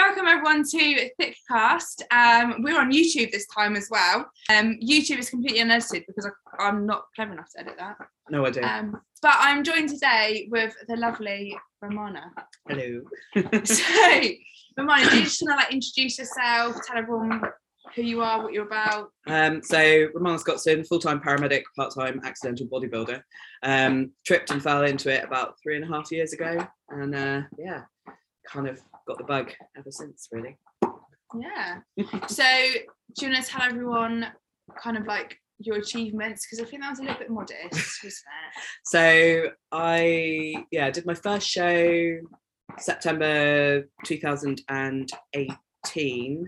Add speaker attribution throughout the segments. Speaker 1: welcome everyone to Thickcast. Um, we're on YouTube this time as well. Um, YouTube is completely unedited because I, I'm not clever enough to edit that.
Speaker 2: No idea.
Speaker 1: Um, but I'm joined today with the lovely Romana.
Speaker 2: Hello.
Speaker 1: So, Romana, do you just want to like introduce yourself, tell everyone who you are, what you're about?
Speaker 2: Um, so Ramona Scottson, full-time paramedic, part-time accidental bodybuilder. Um, tripped and fell into it about three and a half years ago, and uh, yeah, kind of got the bug ever since, really.
Speaker 1: Yeah. So, do you want to tell everyone kind of like your achievements? Because I think that was a little bit modest, wasn't it?
Speaker 2: So I yeah did my first show September 2018.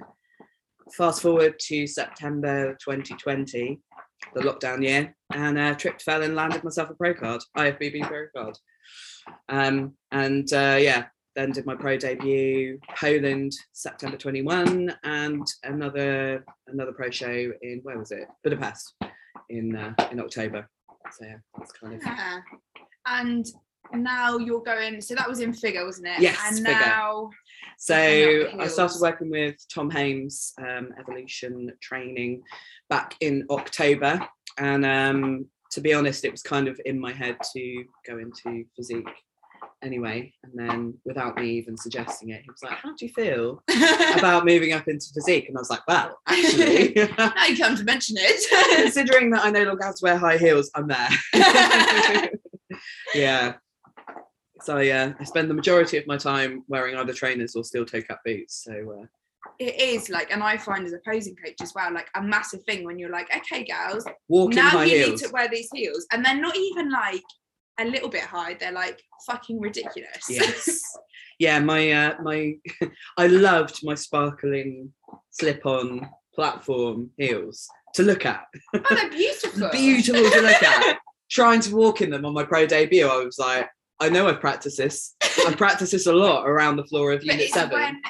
Speaker 2: Fast forward to September 2020, the lockdown year, and uh, tripped, fell, and landed myself a pro card, IFBB pro card. Um, and uh, yeah, then did my pro debut Poland September 21, and another another pro show in where was it Budapest in uh, in October. So yeah, that's kind of
Speaker 1: Yeah. Uh-huh. And now you're going, so that was in figure, wasn't it?
Speaker 2: Yes,
Speaker 1: And
Speaker 2: figure.
Speaker 1: now,
Speaker 2: So
Speaker 1: Looking up
Speaker 2: I
Speaker 1: hills.
Speaker 2: started working with Tom Hames um, Evolution Training back in October, and um, to be honest, it was kind of in my head to go into physique anyway. And then, without me even suggesting it, he was like, "How do you feel about moving up into physique?" And I was like, "Well, actually."
Speaker 1: now you come to mention it.
Speaker 2: Considering that I no longer have to wear high heels, I'm there. yeah. So yeah, I spend the majority of my time wearing either trainers or steel toe cap boots. So uh,
Speaker 1: it is like, and I find as a posing coach as well, like a massive thing when you're like, okay, girls,
Speaker 2: walking
Speaker 1: now
Speaker 2: high
Speaker 1: you
Speaker 2: heels.
Speaker 1: need to wear these heels. And they're not even like a little bit high, they're like fucking ridiculous.
Speaker 2: Yes. yeah, my uh, my I loved my sparkling slip-on platform heels to look at.
Speaker 1: oh, they're beautiful.
Speaker 2: Beautiful to look at. Trying to walk in them on my pro debut, I was like, I know I've practiced this. I practiced this a lot around the floor of
Speaker 1: But
Speaker 2: Unit
Speaker 1: it's
Speaker 2: Seven.
Speaker 1: when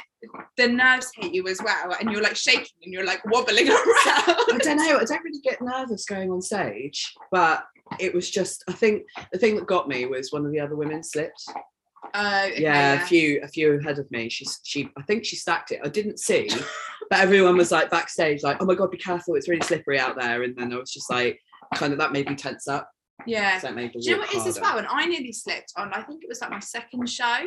Speaker 1: the nerves hit you as well, and you're like shaking and you're like wobbling around.
Speaker 2: I don't know. I don't really get nervous going on stage, but it was just. I think the thing that got me was one of the other women slipped.
Speaker 1: Oh, okay,
Speaker 2: yeah, a few, a few ahead of me. She, she, I think she stacked it. I didn't see, but everyone was like backstage, like, "Oh my god, be careful! It's really slippery out there." And then I was just like, kind of that made me tense up.
Speaker 1: yeah.
Speaker 2: So that made me
Speaker 1: Do you know
Speaker 2: walk
Speaker 1: what it is as
Speaker 2: harder.
Speaker 1: well? And I nearly slipped on, I think it was like my second show.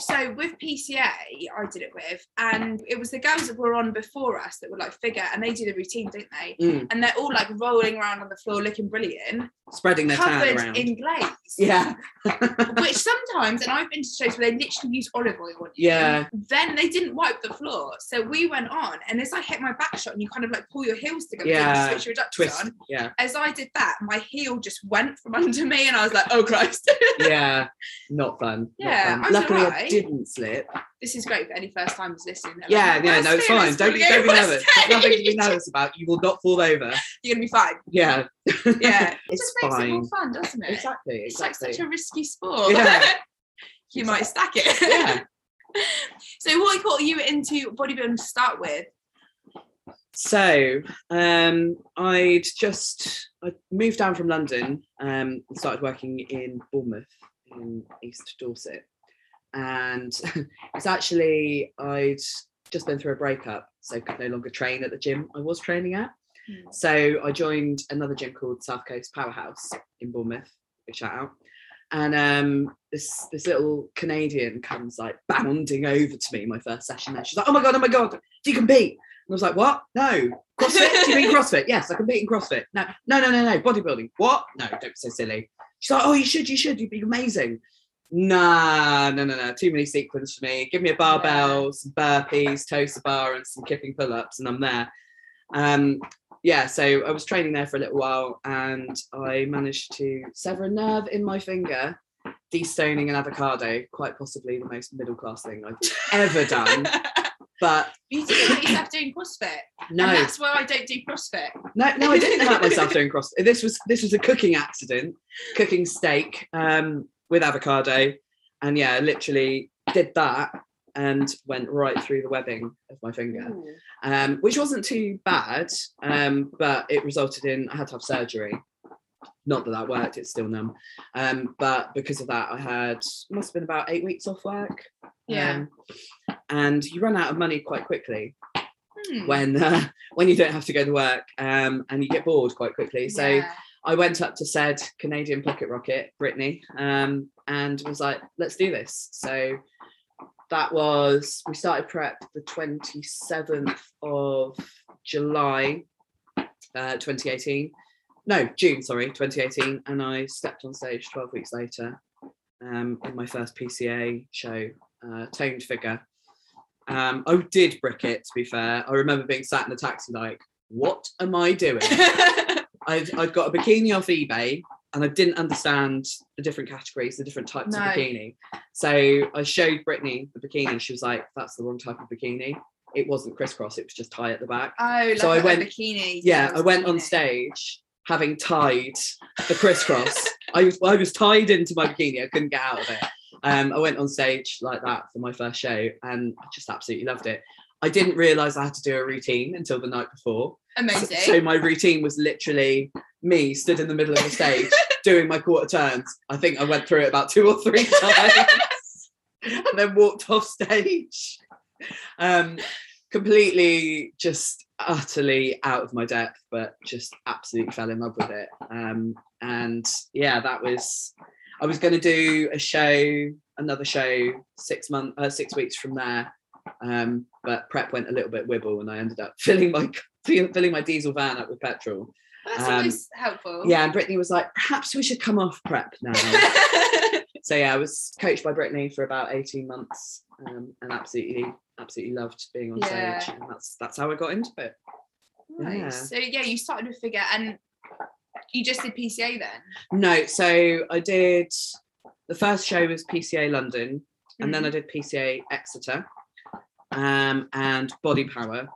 Speaker 1: So with PCA, I did it with, and it was the girls that were on before us that were like figure, and they do the routine, don't they?
Speaker 2: Mm,
Speaker 1: And they're all like rolling around on the floor looking brilliant,
Speaker 2: spreading their tan
Speaker 1: covered
Speaker 2: around.
Speaker 1: in glaze.
Speaker 2: yeah,
Speaker 1: Which sometimes, and I've been to shows where they literally use olive oil on you.
Speaker 2: Yeah.
Speaker 1: Then they didn't wipe the floor. So we went on, and as I hit my back shot, and you kind of like pull your heels together,
Speaker 2: Yeah.
Speaker 1: yeah. switch your adductors
Speaker 2: twist.
Speaker 1: on.
Speaker 2: Yeah,
Speaker 1: As I did that, my heel just went from under me, and I was like, oh Christ.
Speaker 2: yeah, not fun. not
Speaker 1: Yeah,
Speaker 2: fun.
Speaker 1: I was
Speaker 2: luckily I
Speaker 1: alright.
Speaker 2: didn't slip.
Speaker 1: this is great for any first timers listening. They're
Speaker 2: Yeah,
Speaker 1: like,
Speaker 2: yeah,
Speaker 1: "Well,
Speaker 2: no, it's
Speaker 1: still,
Speaker 2: fine. Don't,
Speaker 1: probably
Speaker 2: be- don't be
Speaker 1: over
Speaker 2: nervous. There's nothing to be
Speaker 1: stage."
Speaker 2: nervous about. You will not fall over.
Speaker 1: You're gonna be fine.
Speaker 2: Yeah,
Speaker 1: Yeah, it
Speaker 2: It's
Speaker 1: just makes it more
Speaker 2: fine.
Speaker 1: fun, doesn't it?
Speaker 2: exactly.
Speaker 1: It's like
Speaker 2: exactly.
Speaker 1: such a risky sport.
Speaker 2: Yeah.
Speaker 1: you might stack it.
Speaker 2: yeah.
Speaker 1: so, what got you into bodybuilding to start with?
Speaker 2: So um, I'd just I moved down from London um, and started working in Bournemouth in East Dorset, and it's actually I'd just been through a breakup, so could no longer train at the gym I was training at.
Speaker 1: Hmm.
Speaker 2: So I joined another gym called South Coast Powerhouse in Bournemouth. Big shout out. And um, this this little Canadian comes like bounding over to me my first session there. She's like, "Oh my god, oh my god, do you compete?" And I was like, "What? No, CrossFit? Do you mean CrossFit? Yes, I compete in CrossFit. No, no, no, no, no, bodybuilding. What? No, don't be so silly." She's like, "Oh, you should, you should. You'd be amazing." Nah, no, no, no. Too many sequins for me. Give me a barbell, some burpees, toaster bar, and some kipping pull-ups, and I'm there. Um, yeah, so I was training there for a little while, and I managed to sever a nerve in my finger, destoning an avocado. Quite possibly the most middle-class thing I've ever done. But
Speaker 1: you didn't know yourself doing CrossFit, and
Speaker 2: no, Oh
Speaker 1: that's where I don't do CrossFit.
Speaker 2: no, no, I didn't hurt myself doing cross. This was this was a cooking accident, cooking steak um, with avocado, and yeah, literally did that and went right through the webbing of my finger, um, which wasn't too bad, um, but it resulted in I had to have surgery. Not that that worked; it's still numb. Um, but because of that, I had must have been about eight weeks off work,
Speaker 1: Yeah.
Speaker 2: Um, and you run out of money quite quickly
Speaker 1: Hmm.
Speaker 2: when uh, when you don't have to go to work um, and you get bored quite quickly. So
Speaker 1: Yeah.
Speaker 2: I went up to said Canadian pocket rocket, Brittany, um, and was like, let's do this. So that was, we started prep the 27th of July, uh, 2018. No, June, sorry, 2018. And I stepped on stage 12 weeks later um, in my first PCA show, uh, Toned Figure. Um, I did brick it, to be fair. I remember being sat in the taxi, like, what am I doing? I'd, I'd got a bikini off eBay and I didn't understand the different categories, the different types
Speaker 1: No.
Speaker 2: of bikini. So I showed Brittany the bikini. She was like, that's the wrong type of bikini. It wasn't crisscross, it was just tie at the back.
Speaker 1: oh,
Speaker 2: So
Speaker 1: like
Speaker 2: I went-
Speaker 1: a bikini.
Speaker 2: Yeah, I went on
Speaker 1: Bikini.
Speaker 2: stage having tied the crisscross. I was I was tied into my bikini. I couldn't get out of it. Um, I went on stage like that for my first show, and I just absolutely loved it. I didn't realise I had to do a routine until the night before. So,
Speaker 1: Amazing.
Speaker 2: so my routine was literally me stood in the middle of the stage doing my quarter turns. I think I went through it about two or three times and then walked off stage. Um, completely just utterly out of my depth, but just absolutely fell in love with it. Um, and yeah, that was I was going to do a show, another show six month, uh, six weeks from there. Um, but prep went a little bit wibble, and I ended up filling my filling my diesel van up with petrol.
Speaker 1: That's
Speaker 2: um,
Speaker 1: always helpful.
Speaker 2: Yeah, and Brittany was like, perhaps we should come off prep now. so yeah, I was coached by Brittany for about eighteen months, um, and absolutely, absolutely loved being on
Speaker 1: Yeah.
Speaker 2: stage. And that's that's how I got into it. Yeah.
Speaker 1: Nice. So yeah, you started with figure and you just did PCA then.
Speaker 2: No, so I did the first show was PCA London, and then I did PCA Exeter, um, and Body Power.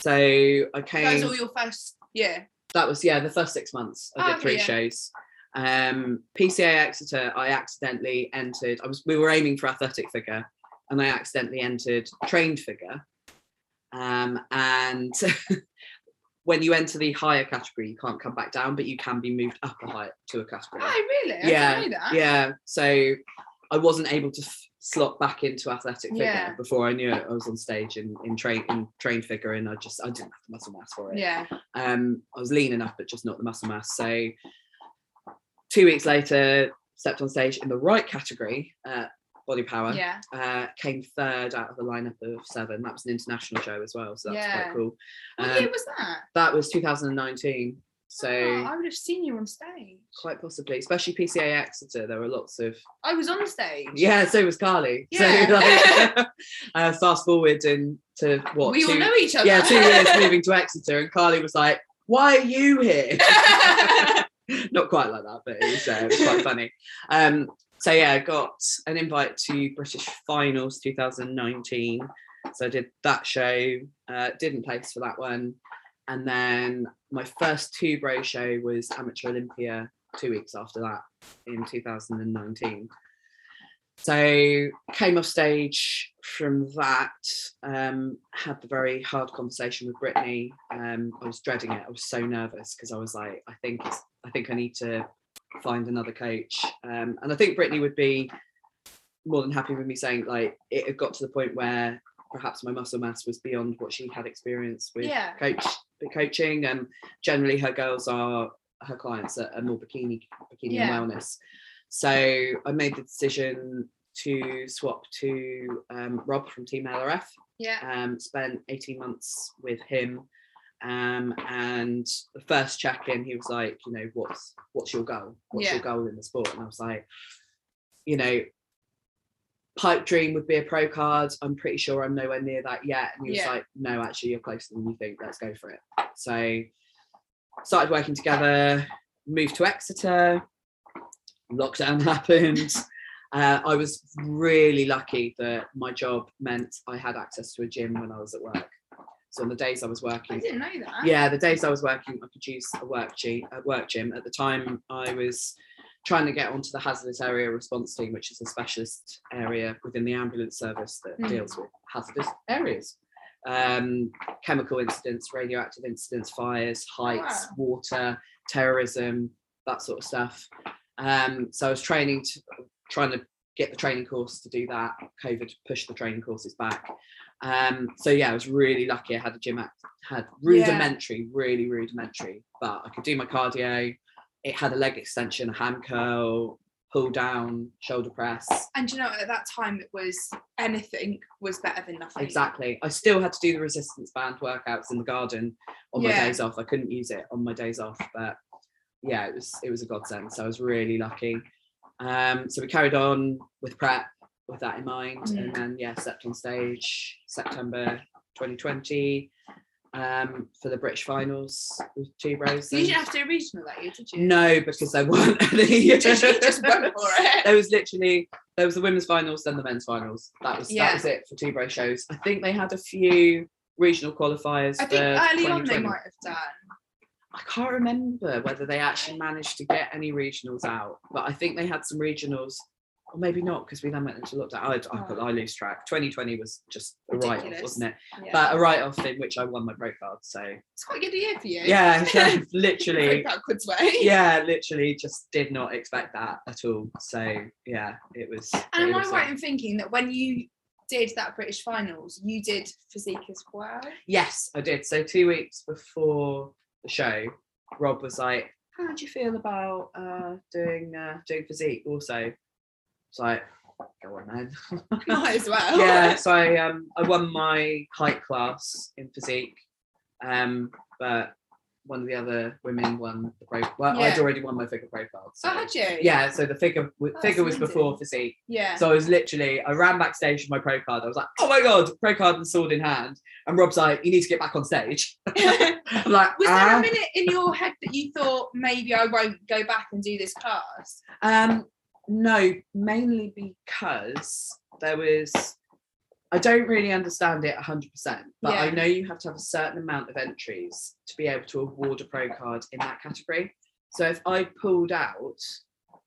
Speaker 2: So I came.
Speaker 1: that was all your first year.
Speaker 2: that was yeah the first six months i
Speaker 1: Oh,
Speaker 2: did
Speaker 1: okay,
Speaker 2: three
Speaker 1: yeah.
Speaker 2: shows um pca exeter i accidentally entered i was we were aiming for athletic figure and i accidentally entered trained figure um and when you enter the higher category you can't come back down but you can be moved up a higher to a category
Speaker 1: Oh really? I
Speaker 2: Yeah,
Speaker 1: didn't know that.
Speaker 2: yeah so i wasn't able to f- slot back into athletic figure
Speaker 1: Yeah.
Speaker 2: before i knew it i was on stage in in train in train figure and i just i didn't have the muscle mass for it
Speaker 1: Yeah.
Speaker 2: um, I was lean enough, but just not the muscle mass. So two weeks later, stepped on stage in the right category, uh, body power.
Speaker 1: Yeah.
Speaker 2: Uh, came third out of the lineup of seven. That was an international show as well, so that's
Speaker 1: Yeah.
Speaker 2: quite cool.
Speaker 1: What
Speaker 2: Um,
Speaker 1: year was that?
Speaker 2: that was 2019, so
Speaker 1: Oh, I would have seen you on stage.
Speaker 2: quite possibly, especially PCA Exeter. There were lots of
Speaker 1: I was on stage.
Speaker 2: yeah. So was Carly. So
Speaker 1: Yeah.
Speaker 2: like, uh, fast forward in to what?
Speaker 1: we all
Speaker 2: two-
Speaker 1: know each other.
Speaker 2: yeah, two years moving to Exeter, and Carly was like, "Why are you here?" not quite like that, but it was, uh, it was quite funny. Um, so yeah, I got an invite to British Finals 2019. So I did that show, uh, didn't place for that one. And then my first two bro show was Amateur Olympia two weeks after that in 2019. So came off stage from that, um, had the very hard conversation with Brittany. Um, I was dreading it. I was so nervous because I was like, I think it's, I think I need to find another coach. Um, and I think Brittany would be more than happy with me saying like it had got to the point where perhaps my muscle mass was beyond what she had experienced with
Speaker 1: Yeah.
Speaker 2: coach the coaching and generally her girls are her clients are, are more bikini bikini
Speaker 1: Yeah.
Speaker 2: and wellness. So I made the decision to swap to um, Rob from Team LRF.
Speaker 1: yeah.
Speaker 2: Um, spent 18 months with him. Um, and the first check in, he was like, you know, what's what's your goal? What's
Speaker 1: Yeah.
Speaker 2: your goal in the sport? And I was like, you know, pipe dream would be a pro card. I'm pretty sure I'm nowhere near that yet. And he was
Speaker 1: Yeah.
Speaker 2: like, no, actually, you're closer than you think. Let's go for it. So started working together, moved to Exeter, lockdown happened. Uh, I was really lucky that my job meant I had access to a gym when I was at work. So on the days I was
Speaker 1: I
Speaker 2: working,
Speaker 1: didn't know that.
Speaker 2: yeah, the days I was working, I could use a work gym. A work gym at the time, I was trying to get onto the hazardous area response team, which is a specialist area within the ambulance service that
Speaker 1: Mm.
Speaker 2: deals with hazardous areas, um, chemical incidents, radioactive incidents, fires, heights, water, terrorism, that sort of stuff. Um, so I was training to trying to get the training course to do that. COVID pushed the training courses back. Um, so yeah, I was really lucky. I had a gym act had rudimentary, really rudimentary, but I could do my cardio. It had a leg extension, a ham curl, pull down, shoulder press.
Speaker 1: And you know, at that time, it was anything was better than nothing.
Speaker 2: Exactly. I still had to do the resistance band workouts in the garden on my
Speaker 1: Yeah.
Speaker 2: days off. I couldn't use it on my days off, but yeah, it was it was a godsend. So I was really lucky. Um, so we carried on with prep with that in mind, and
Speaker 1: Mm.
Speaker 2: then yeah, stepped on stage September 2020 um, for the British finals with two rows.
Speaker 1: So you didn't have to do a regional that year, did you?
Speaker 2: No, because there weren't any.
Speaker 1: You just went for it.
Speaker 2: There was literally there was the women's finals, then the men's finals. That was that
Speaker 1: Yeah.
Speaker 2: was it for two bro shows. I think they had a few regional qualifiers.
Speaker 1: I think
Speaker 2: for
Speaker 1: early on they
Speaker 2: 2020.
Speaker 1: might have done.
Speaker 2: I can't remember whether they actually managed to get any regionals out, but I think they had some regionals, or maybe not, because we then went into lockdown. I, I,
Speaker 1: Oh.
Speaker 2: I lose track. 2020 was just a write off,
Speaker 1: Ridiculous.
Speaker 2: wasn't it?
Speaker 1: Yeah.
Speaker 2: But a write off in which I won my pro card. So
Speaker 1: it's quite a good year for you.
Speaker 2: yeah, yeah
Speaker 1: Very
Speaker 2: literally
Speaker 1: backwards way.
Speaker 2: yeah, literally just did not expect that at all. So yeah, it was.
Speaker 1: And am
Speaker 2: it
Speaker 1: I
Speaker 2: was, uh,
Speaker 1: right in thinking that when you did that British finals, you did physique as well?
Speaker 2: Yes, I did. So two weeks before the show, Rob was like, "How do you feel about uh, doing uh, doing physique?" Also, it's like, "Go on then."
Speaker 1: might as well.
Speaker 2: yeah, so I um I won my height class in physique, um, but one of the other women won the pro. Well, I'd
Speaker 1: Yeah.
Speaker 2: already won my figure profile. So.
Speaker 1: So had you?
Speaker 2: yeah, so the figure
Speaker 1: Oh,
Speaker 2: w-
Speaker 1: that's
Speaker 2: figure was
Speaker 1: amazing.
Speaker 2: before physique.
Speaker 1: Yeah.
Speaker 2: So I was literally, I ran backstage with my pro card. I was like, oh my God, pro card and sword in hand. And Rob's like, you need to get back on stage. I'm like,
Speaker 1: was there
Speaker 2: "Ah."
Speaker 1: a minute in your head that you thought maybe I won't go back and do this class?
Speaker 2: Um, no, mainly because there was, I don't really understand it 100%, but I
Speaker 1: Yeah.
Speaker 2: know you have to have a certain amount of entries to be able to award a pro card in that category. So if I pulled out,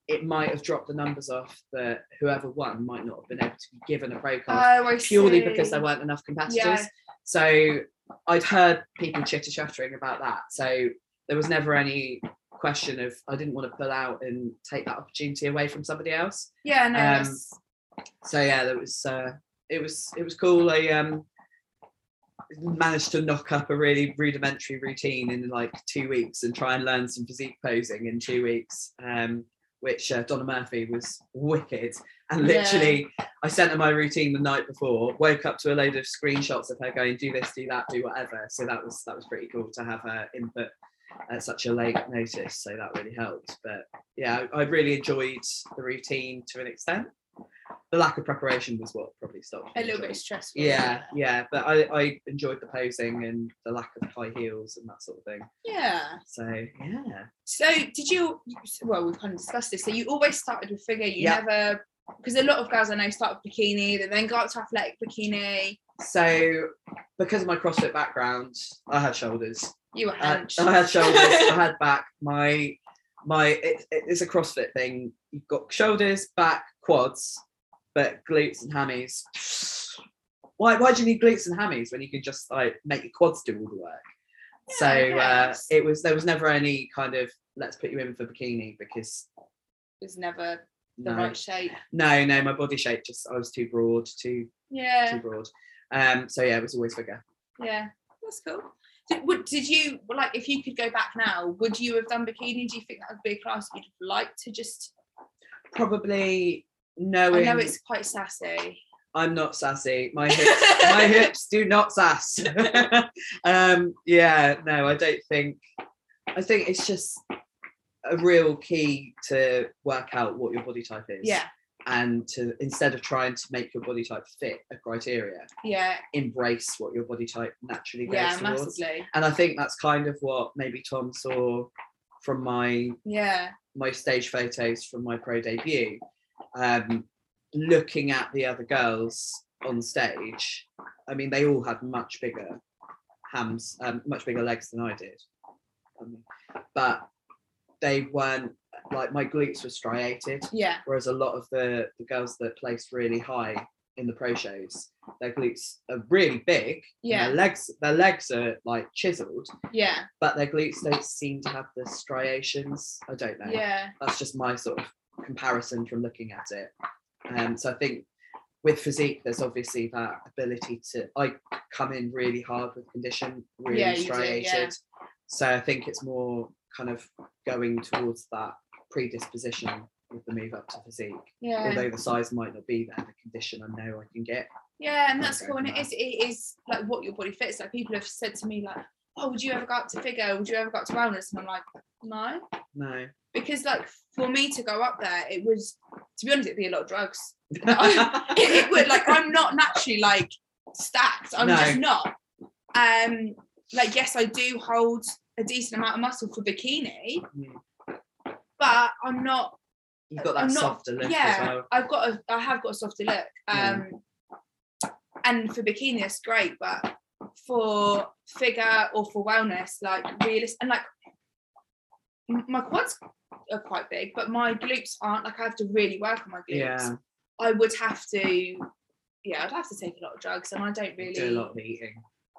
Speaker 2: it might have dropped the numbers off that whoever won might not have been able to be given a pro card.
Speaker 1: Oh, I
Speaker 2: purely
Speaker 1: see.
Speaker 2: because there weren't enough competitors.
Speaker 1: Yeah.
Speaker 2: So I'd heard people chitter chattering about that. So there was never any question of I didn't want to pull out and take that opportunity away from somebody else.
Speaker 1: Yeah, no.
Speaker 2: Um,
Speaker 1: that's-
Speaker 2: So yeah, there was uh, it was it was cool. I um managed to knock up a really rudimentary routine in like two weeks and try and learn some physique posing in two weeks. Um, which uh, Donna Murphy was wicked. And
Speaker 1: Yeah.
Speaker 2: literally, I sent her my routine the night before. Woke up to a load of screenshots of her going, "Do this, do that, do whatever." So that was that was pretty cool to have her input at such a late notice. So that really helped. But yeah, I, I really enjoyed the routine to an extent. The lack of preparation was what probably stopped. me
Speaker 1: a little
Speaker 2: enjoying
Speaker 1: bit stressful.
Speaker 2: yeah, yeah, but I, I enjoyed the posing and the lack of high heels and that sort of thing.
Speaker 1: Yeah.
Speaker 2: So yeah,
Speaker 1: So did you? Well, we've kind of discussed this. So you always started with figure. You
Speaker 2: Yeah.
Speaker 1: never, because a lot of girls I know start with bikini, they then go up to athletic bikini.
Speaker 2: so because of my CrossFit background, I had shoulders.
Speaker 1: You were
Speaker 2: I,
Speaker 1: hunched.
Speaker 2: Uh, I had shoulders. I had back. My my it, it- it's a CrossFit thing. You've got shoulders, back, quads, but glutes and hammies. Why why do you need glutes and hammies when you can just like make your quads do all the work? so
Speaker 1: Yeah, I
Speaker 2: uh,
Speaker 1: guess.
Speaker 2: it was there was never any kind of let's put you in for bikini because
Speaker 1: It was never the
Speaker 2: no,
Speaker 1: right shape.
Speaker 2: no no my body shape just I was too broad too
Speaker 1: Yeah.
Speaker 2: too broad um so yeah it was always bigger
Speaker 1: Yeah. That's cool. Did, would, did you like if you could go back now? Would you have done bikini? Do you think that would be a class you'd like to just?
Speaker 2: probably
Speaker 1: I
Speaker 2: knowing
Speaker 1: know it's quite sassy.
Speaker 2: I'm not sassy. My hips, my hips do not sass. um, yeah, no, I don't think. I think it's just a real key to work out what your body type is.
Speaker 1: Yeah.
Speaker 2: And to instead of trying to make your body type fit a criteria,
Speaker 1: Yeah.
Speaker 2: embrace what your body type naturally goes
Speaker 1: Yeah.
Speaker 2: towards.
Speaker 1: Massively.
Speaker 2: And I think that's kind of what maybe Tom saw from my
Speaker 1: Yeah.
Speaker 2: my stage photos from my pro debut, um, looking at the other girls on stage, I mean, they all had much bigger hams, um, much bigger legs than I did. Um, but they weren't like my glutes were striated,
Speaker 1: Yeah.
Speaker 2: whereas a lot of the, the girls that placed really high in the pro shows, their glutes are really big. and
Speaker 1: Yeah.
Speaker 2: Their legs, their legs are like chiseled,
Speaker 1: Yeah.
Speaker 2: but their glutes don't seem to have the striations. I don't know
Speaker 1: Yeah.
Speaker 2: that's just my sort of comparison from looking at it. Um, so I think with physique, there's obviously that ability to. I come in really hard with condition, really
Speaker 1: Yeah, you do,
Speaker 2: striated.
Speaker 1: yeah.
Speaker 2: So I think it's more kind of going towards that predisposition with the move up to physique.
Speaker 1: Yeah.
Speaker 2: Although the size might not be there, the condition I know I can get.
Speaker 1: Yeah, and that's
Speaker 2: Okay,
Speaker 1: cool. And it
Speaker 2: nice.
Speaker 1: is, it is like what your body fits. Like people have said to me, like, oh, would you ever go up to figure? Would you ever go up to wellness? And I'm like, no.
Speaker 2: No.
Speaker 1: Because like for me to go up there, it was to be honest, it'd be a lot of drugs. it,
Speaker 2: it
Speaker 1: it would like I'm not naturally like stacked. I'm
Speaker 2: No.
Speaker 1: just not. Um, like yes, I do hold a decent amount of muscle for bikini, but I'm not
Speaker 2: You've got that
Speaker 1: I'm not-
Speaker 2: softer look
Speaker 1: yeah,
Speaker 2: as well.
Speaker 1: I've got a, I have got a softer look.
Speaker 2: Yeah.
Speaker 1: Um, and for bikini, it's great, but for figure or for wellness, like realist and like m- my quads are quite big, but my glutes aren't. Like I have to really work on my glutes.
Speaker 2: Yeah.
Speaker 1: I would have to, yeah, I'd have to take a lot of drugs, and I don't really.
Speaker 2: Do a lot of eating.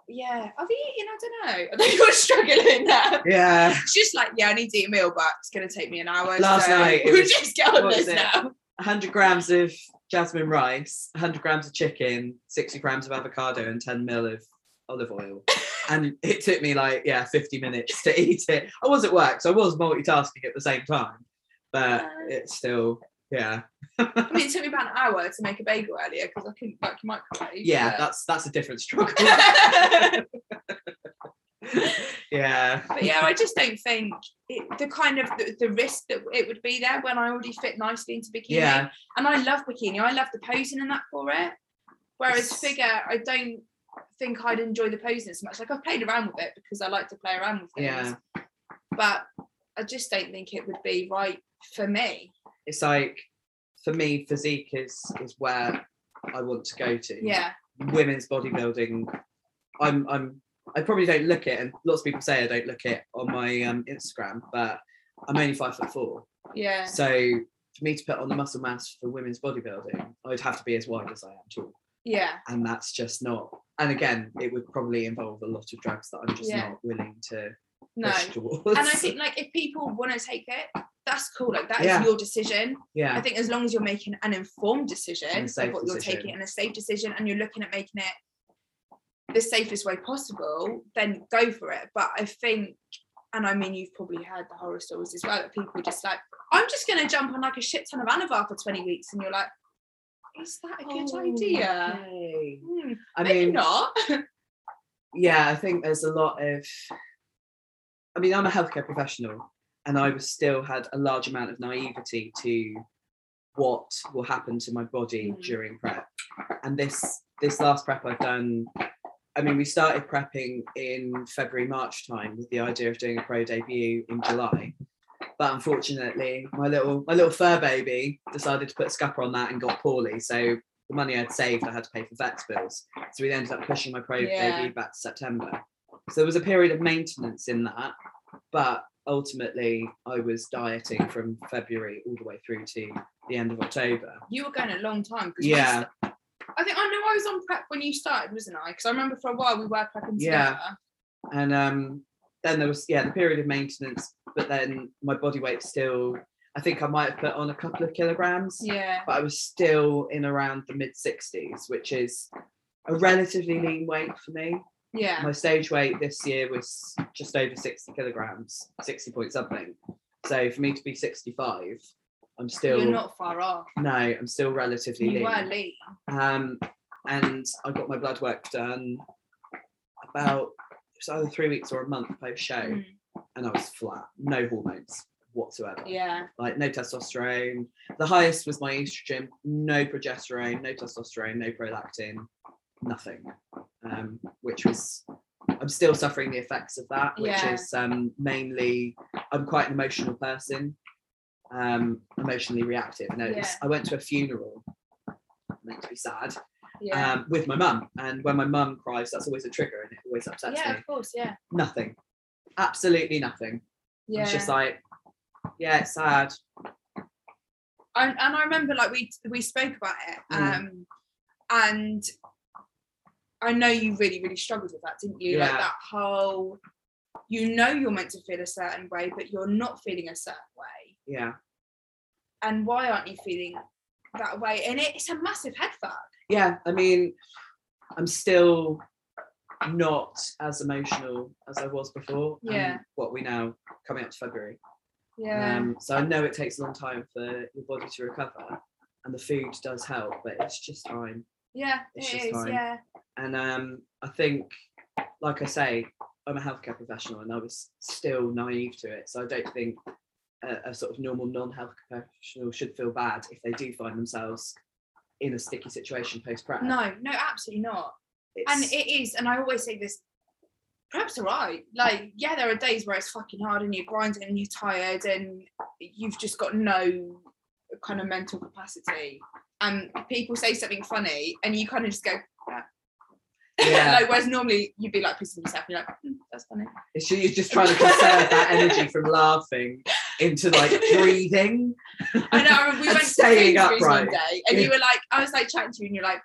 Speaker 1: Yeah, are they eating? I don't know. I think you're struggling there.
Speaker 2: Yeah.
Speaker 1: It's just like, yeah, I need to eat a meal, but it's gonna take me an hour.
Speaker 2: Last
Speaker 1: so
Speaker 2: night it
Speaker 1: we'll
Speaker 2: was-
Speaker 1: just get on
Speaker 2: what
Speaker 1: this
Speaker 2: was it?
Speaker 1: now.
Speaker 2: 100 grams of jasmine rice, 100 grams of chicken, 60 grams of avocado, and 10 mil of olive oil. and it took me like, yeah, 50 minutes to eat it. I was at work, so I was multitasking at the same time, but it's still, yeah.
Speaker 1: I mean, it took me about an hour to make a bagel earlier because I couldn't work your microwave.
Speaker 2: Yeah,
Speaker 1: but-
Speaker 2: that's that's a different struggle. yeah.
Speaker 1: but yeah, I just don't think it, the kind of the, the risk that it would be there when I already fit nicely into bikini.
Speaker 2: Yeah.
Speaker 1: And I love bikini. I love the posing and that for it. Whereas
Speaker 2: Yes.
Speaker 1: figure, I don't think I'd enjoy the posing as much. Like I've played around with it because I like to play around with things.
Speaker 2: Yeah.
Speaker 1: But I just don't think it would be right for me.
Speaker 2: It's like for me, physique is is where I want to go to.
Speaker 1: Yeah.
Speaker 2: women's bodybuilding i'm i'm i probably don't look it and lots of people say i don't look it on my um, instagram but i'm only five foot four
Speaker 1: Yeah.
Speaker 2: so for me to put on the muscle mass for women's bodybuilding i'd have to be as wide as i am tall
Speaker 1: Yeah.
Speaker 2: and that's just not and again it would probably involve a lot of drugs that i'm just
Speaker 1: Yeah.
Speaker 2: not willing to
Speaker 1: No.
Speaker 2: push towards
Speaker 1: and I think like if people want to take it, that's cool. Like that is
Speaker 2: Yeah.
Speaker 1: your decision. I
Speaker 2: yeah
Speaker 1: think as long as you're making an informed
Speaker 2: And
Speaker 1: decision
Speaker 2: a
Speaker 1: of
Speaker 2: safe
Speaker 1: what you're
Speaker 2: decision.
Speaker 1: taking and a safe decision, and you're looking at making it the safest way possible, then go for it. But I think, and I mean, you've probably heard the horror stories as well that people are just like, I'm just going to jump on like a shit ton of Anavar for 20 weeks, and you're like, is that a good
Speaker 2: Oh,
Speaker 1: idea?
Speaker 2: okay.
Speaker 1: Hmm,
Speaker 2: i
Speaker 1: maybe
Speaker 2: mean
Speaker 1: not.
Speaker 2: yeah, I think there's a lot of. I mean, I'm a healthcare professional, and I was still had a large amount of naivety to what will happen to my body
Speaker 1: Mm.
Speaker 2: during prep. And this this last prep I've done, I mean, we started prepping in February March time with the idea of doing a pro debut in July. But unfortunately, my little my little fur baby decided to put a scupper on that and got poorly. So the money I'd saved, I had to pay for vet's bills. So we ended up pushing my pro
Speaker 1: Yeah.
Speaker 2: debut back to September. So there was a period of maintenance in that, but ultimately I was dieting from February all the way through to the end of October.
Speaker 1: you were going a long time. 'cause when I
Speaker 2: Yeah,
Speaker 1: I think I know I was on prep when you started, wasn't I? Because I remember for a while we were prepping
Speaker 2: Yeah.
Speaker 1: together.
Speaker 2: and um, then there was yeah the period of maintenance, but then my body weight still. I think I might have put on a couple of kilograms.
Speaker 1: Yeah.
Speaker 2: but I was still in around the mid 60s, which is a relatively lean weight for me.
Speaker 1: Yeah.
Speaker 2: My stage weight this year was just over 60 kilograms, 60 point something. So for me to be 65, I'm still
Speaker 1: You're not far off.
Speaker 2: no, I'm still relatively
Speaker 1: You were
Speaker 2: lean.
Speaker 1: late.
Speaker 2: Um, and I got my blood work done about it was either three weeks or a month post show,
Speaker 1: Mm,
Speaker 2: and I was flat, no hormones whatsoever
Speaker 1: Yeah.
Speaker 2: like no testosterone. The highest was my estrogen, no progesterone, no testosterone, no prolactin, nothing. Um, which was I'm still suffering the effects of that, which
Speaker 1: Yeah.
Speaker 2: is um, mainly I'm quite an emotional person, um, emotionally reactive. And it was-
Speaker 1: Yeah.
Speaker 2: I went to a funeral, meant to be sad,
Speaker 1: Yeah.
Speaker 2: um, with my mum. And when my mum cries, that's always a trigger and it always upsets
Speaker 1: yeah,
Speaker 2: me.
Speaker 1: of course. Yeah.
Speaker 2: Nothing, absolutely nothing.
Speaker 1: Yeah.
Speaker 2: It's just like, yeah, it's sad.
Speaker 1: and, and I remember like we we spoke about it.
Speaker 2: Mm.
Speaker 1: Um and I know you really, really struggled with that, didn't you? Like
Speaker 2: Yeah.
Speaker 1: that whole you know you're meant to feel a certain way, but you're not feeling a certain way.
Speaker 2: Yeah.
Speaker 1: And why aren't you feeling that away. And it, it's a massive head fuck.
Speaker 2: yeah, I mean, I'm still not as emotional as I was before. and
Speaker 1: Yeah.
Speaker 2: what we now coming up to February.
Speaker 1: Yeah.
Speaker 2: Um, so I know it takes a long time for your body to recover, and the food does help, but it's just time.
Speaker 1: yeah,
Speaker 2: it's
Speaker 1: it
Speaker 2: just
Speaker 1: is.
Speaker 2: fine.
Speaker 1: Yeah.
Speaker 2: And um, I think, like I say, I'm a healthcare professional, and I was still naive to it. So I don't think a, a sort of normal non-healthcare professional should feel bad if they do find themselves in a sticky situation post-prep.
Speaker 1: No, no, absolutely not. And
Speaker 2: It's-
Speaker 1: it is, and I always say this, perhaps all right. Like, yeah, there are days where it's fucking hard and you're grinding and you're tired and you've just got no kind of mental capacity. And people say something funny and you kind of just go, "Ah."
Speaker 2: Yeah.
Speaker 1: like, whereas normally you'd be like pissing yourself and you're like, "Hmm, that's funny.
Speaker 2: It's ju- you're just trying to conserve that energy from laughing into like breathing.
Speaker 1: I know. We
Speaker 2: And
Speaker 1: went
Speaker 2: staying
Speaker 1: to Sainsbury's one
Speaker 2: upright.
Speaker 1: day, and you were like, I was like chatting to you, and you're like,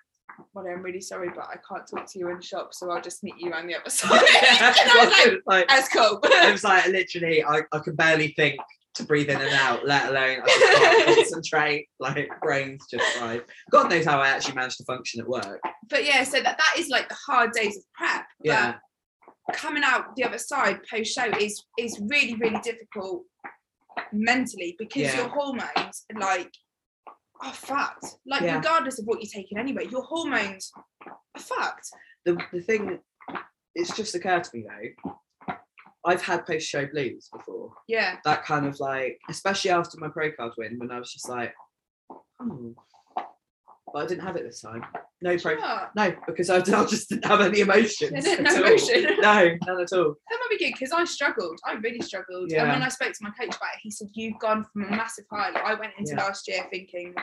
Speaker 1: "Well, I'm really sorry, but I can't talk to you in shop, so I'll just meet you around the other side." and I was like,
Speaker 2: it was like,
Speaker 1: "That's cool."
Speaker 2: it was like literally, I, I could barely think to breathe in and out, let alone I just can't concentrate. Like brain's just like God knows how I actually managed to function at work.
Speaker 1: but yeah, so that that is like the hard days of prep. but
Speaker 2: Yeah,
Speaker 1: coming out the other side post show is is really really difficult mentally because
Speaker 2: Yeah.
Speaker 1: your hormones like are fucked. Like
Speaker 2: Yeah.
Speaker 1: regardless of what you're taking anyway, your hormones are fucked.
Speaker 2: the the thing, it's just occurred to me though. I've had post show blues before.
Speaker 1: Yeah.
Speaker 2: That kind of like, especially after my pro card win, when I was just like, oh, but I didn't have it this time. No pro
Speaker 1: Sure.
Speaker 2: No, because I, I just didn't have any emotions.
Speaker 1: Yeah, Ah. no-
Speaker 2: at
Speaker 1: no
Speaker 2: all.
Speaker 1: emotion.
Speaker 2: No, none at all.
Speaker 1: that might be good because I struggled. I really struggled. And
Speaker 2: Yeah.
Speaker 1: when I spoke to my coach about it, he said, You've gone from a massive high. Like, I went into
Speaker 2: Yeah.
Speaker 1: last year thinking,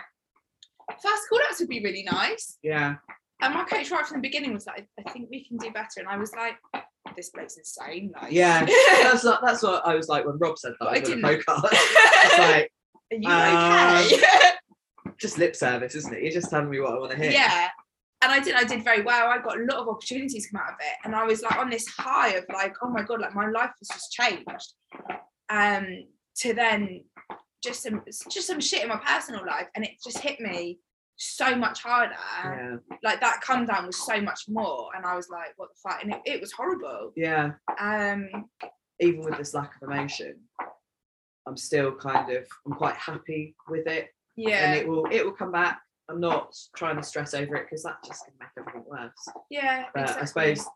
Speaker 1: first call outs would be really nice.
Speaker 2: Yeah,
Speaker 1: And my coach, right from the beginning, was like, I think we can do better. And I was like, This bloke's insane. Like,
Speaker 2: yeah.
Speaker 1: Are
Speaker 2: That's not, that's what I was like when Rob said that.
Speaker 1: But I
Speaker 2: I didn't.
Speaker 1: didn't.
Speaker 2: Pro card. It's like
Speaker 1: you
Speaker 2: Um,
Speaker 1: okay?
Speaker 2: just lip service, isn't it? You're just telling me what I want to hear.
Speaker 1: yeah. And I did, I did very well. I got a lot of opportunities come out of it. And I was like on this high of like, oh my God, like my life has just changed. Um, to then just some just some shit in my personal life. And it just hit me so much harder.
Speaker 2: Yeah.
Speaker 1: Like that come down was so much more. And I was like, what the fuck? And it, it was horrible.
Speaker 2: Yeah.
Speaker 1: Um
Speaker 2: Even with this lack of emotion, I'm still kind of I'm quite happy with it,
Speaker 1: yeah.
Speaker 2: and it will it will come back. I'm not trying to stress over it because that's just gonna make everything worse.
Speaker 1: yeah.
Speaker 2: But I
Speaker 1: exactly.
Speaker 2: suppose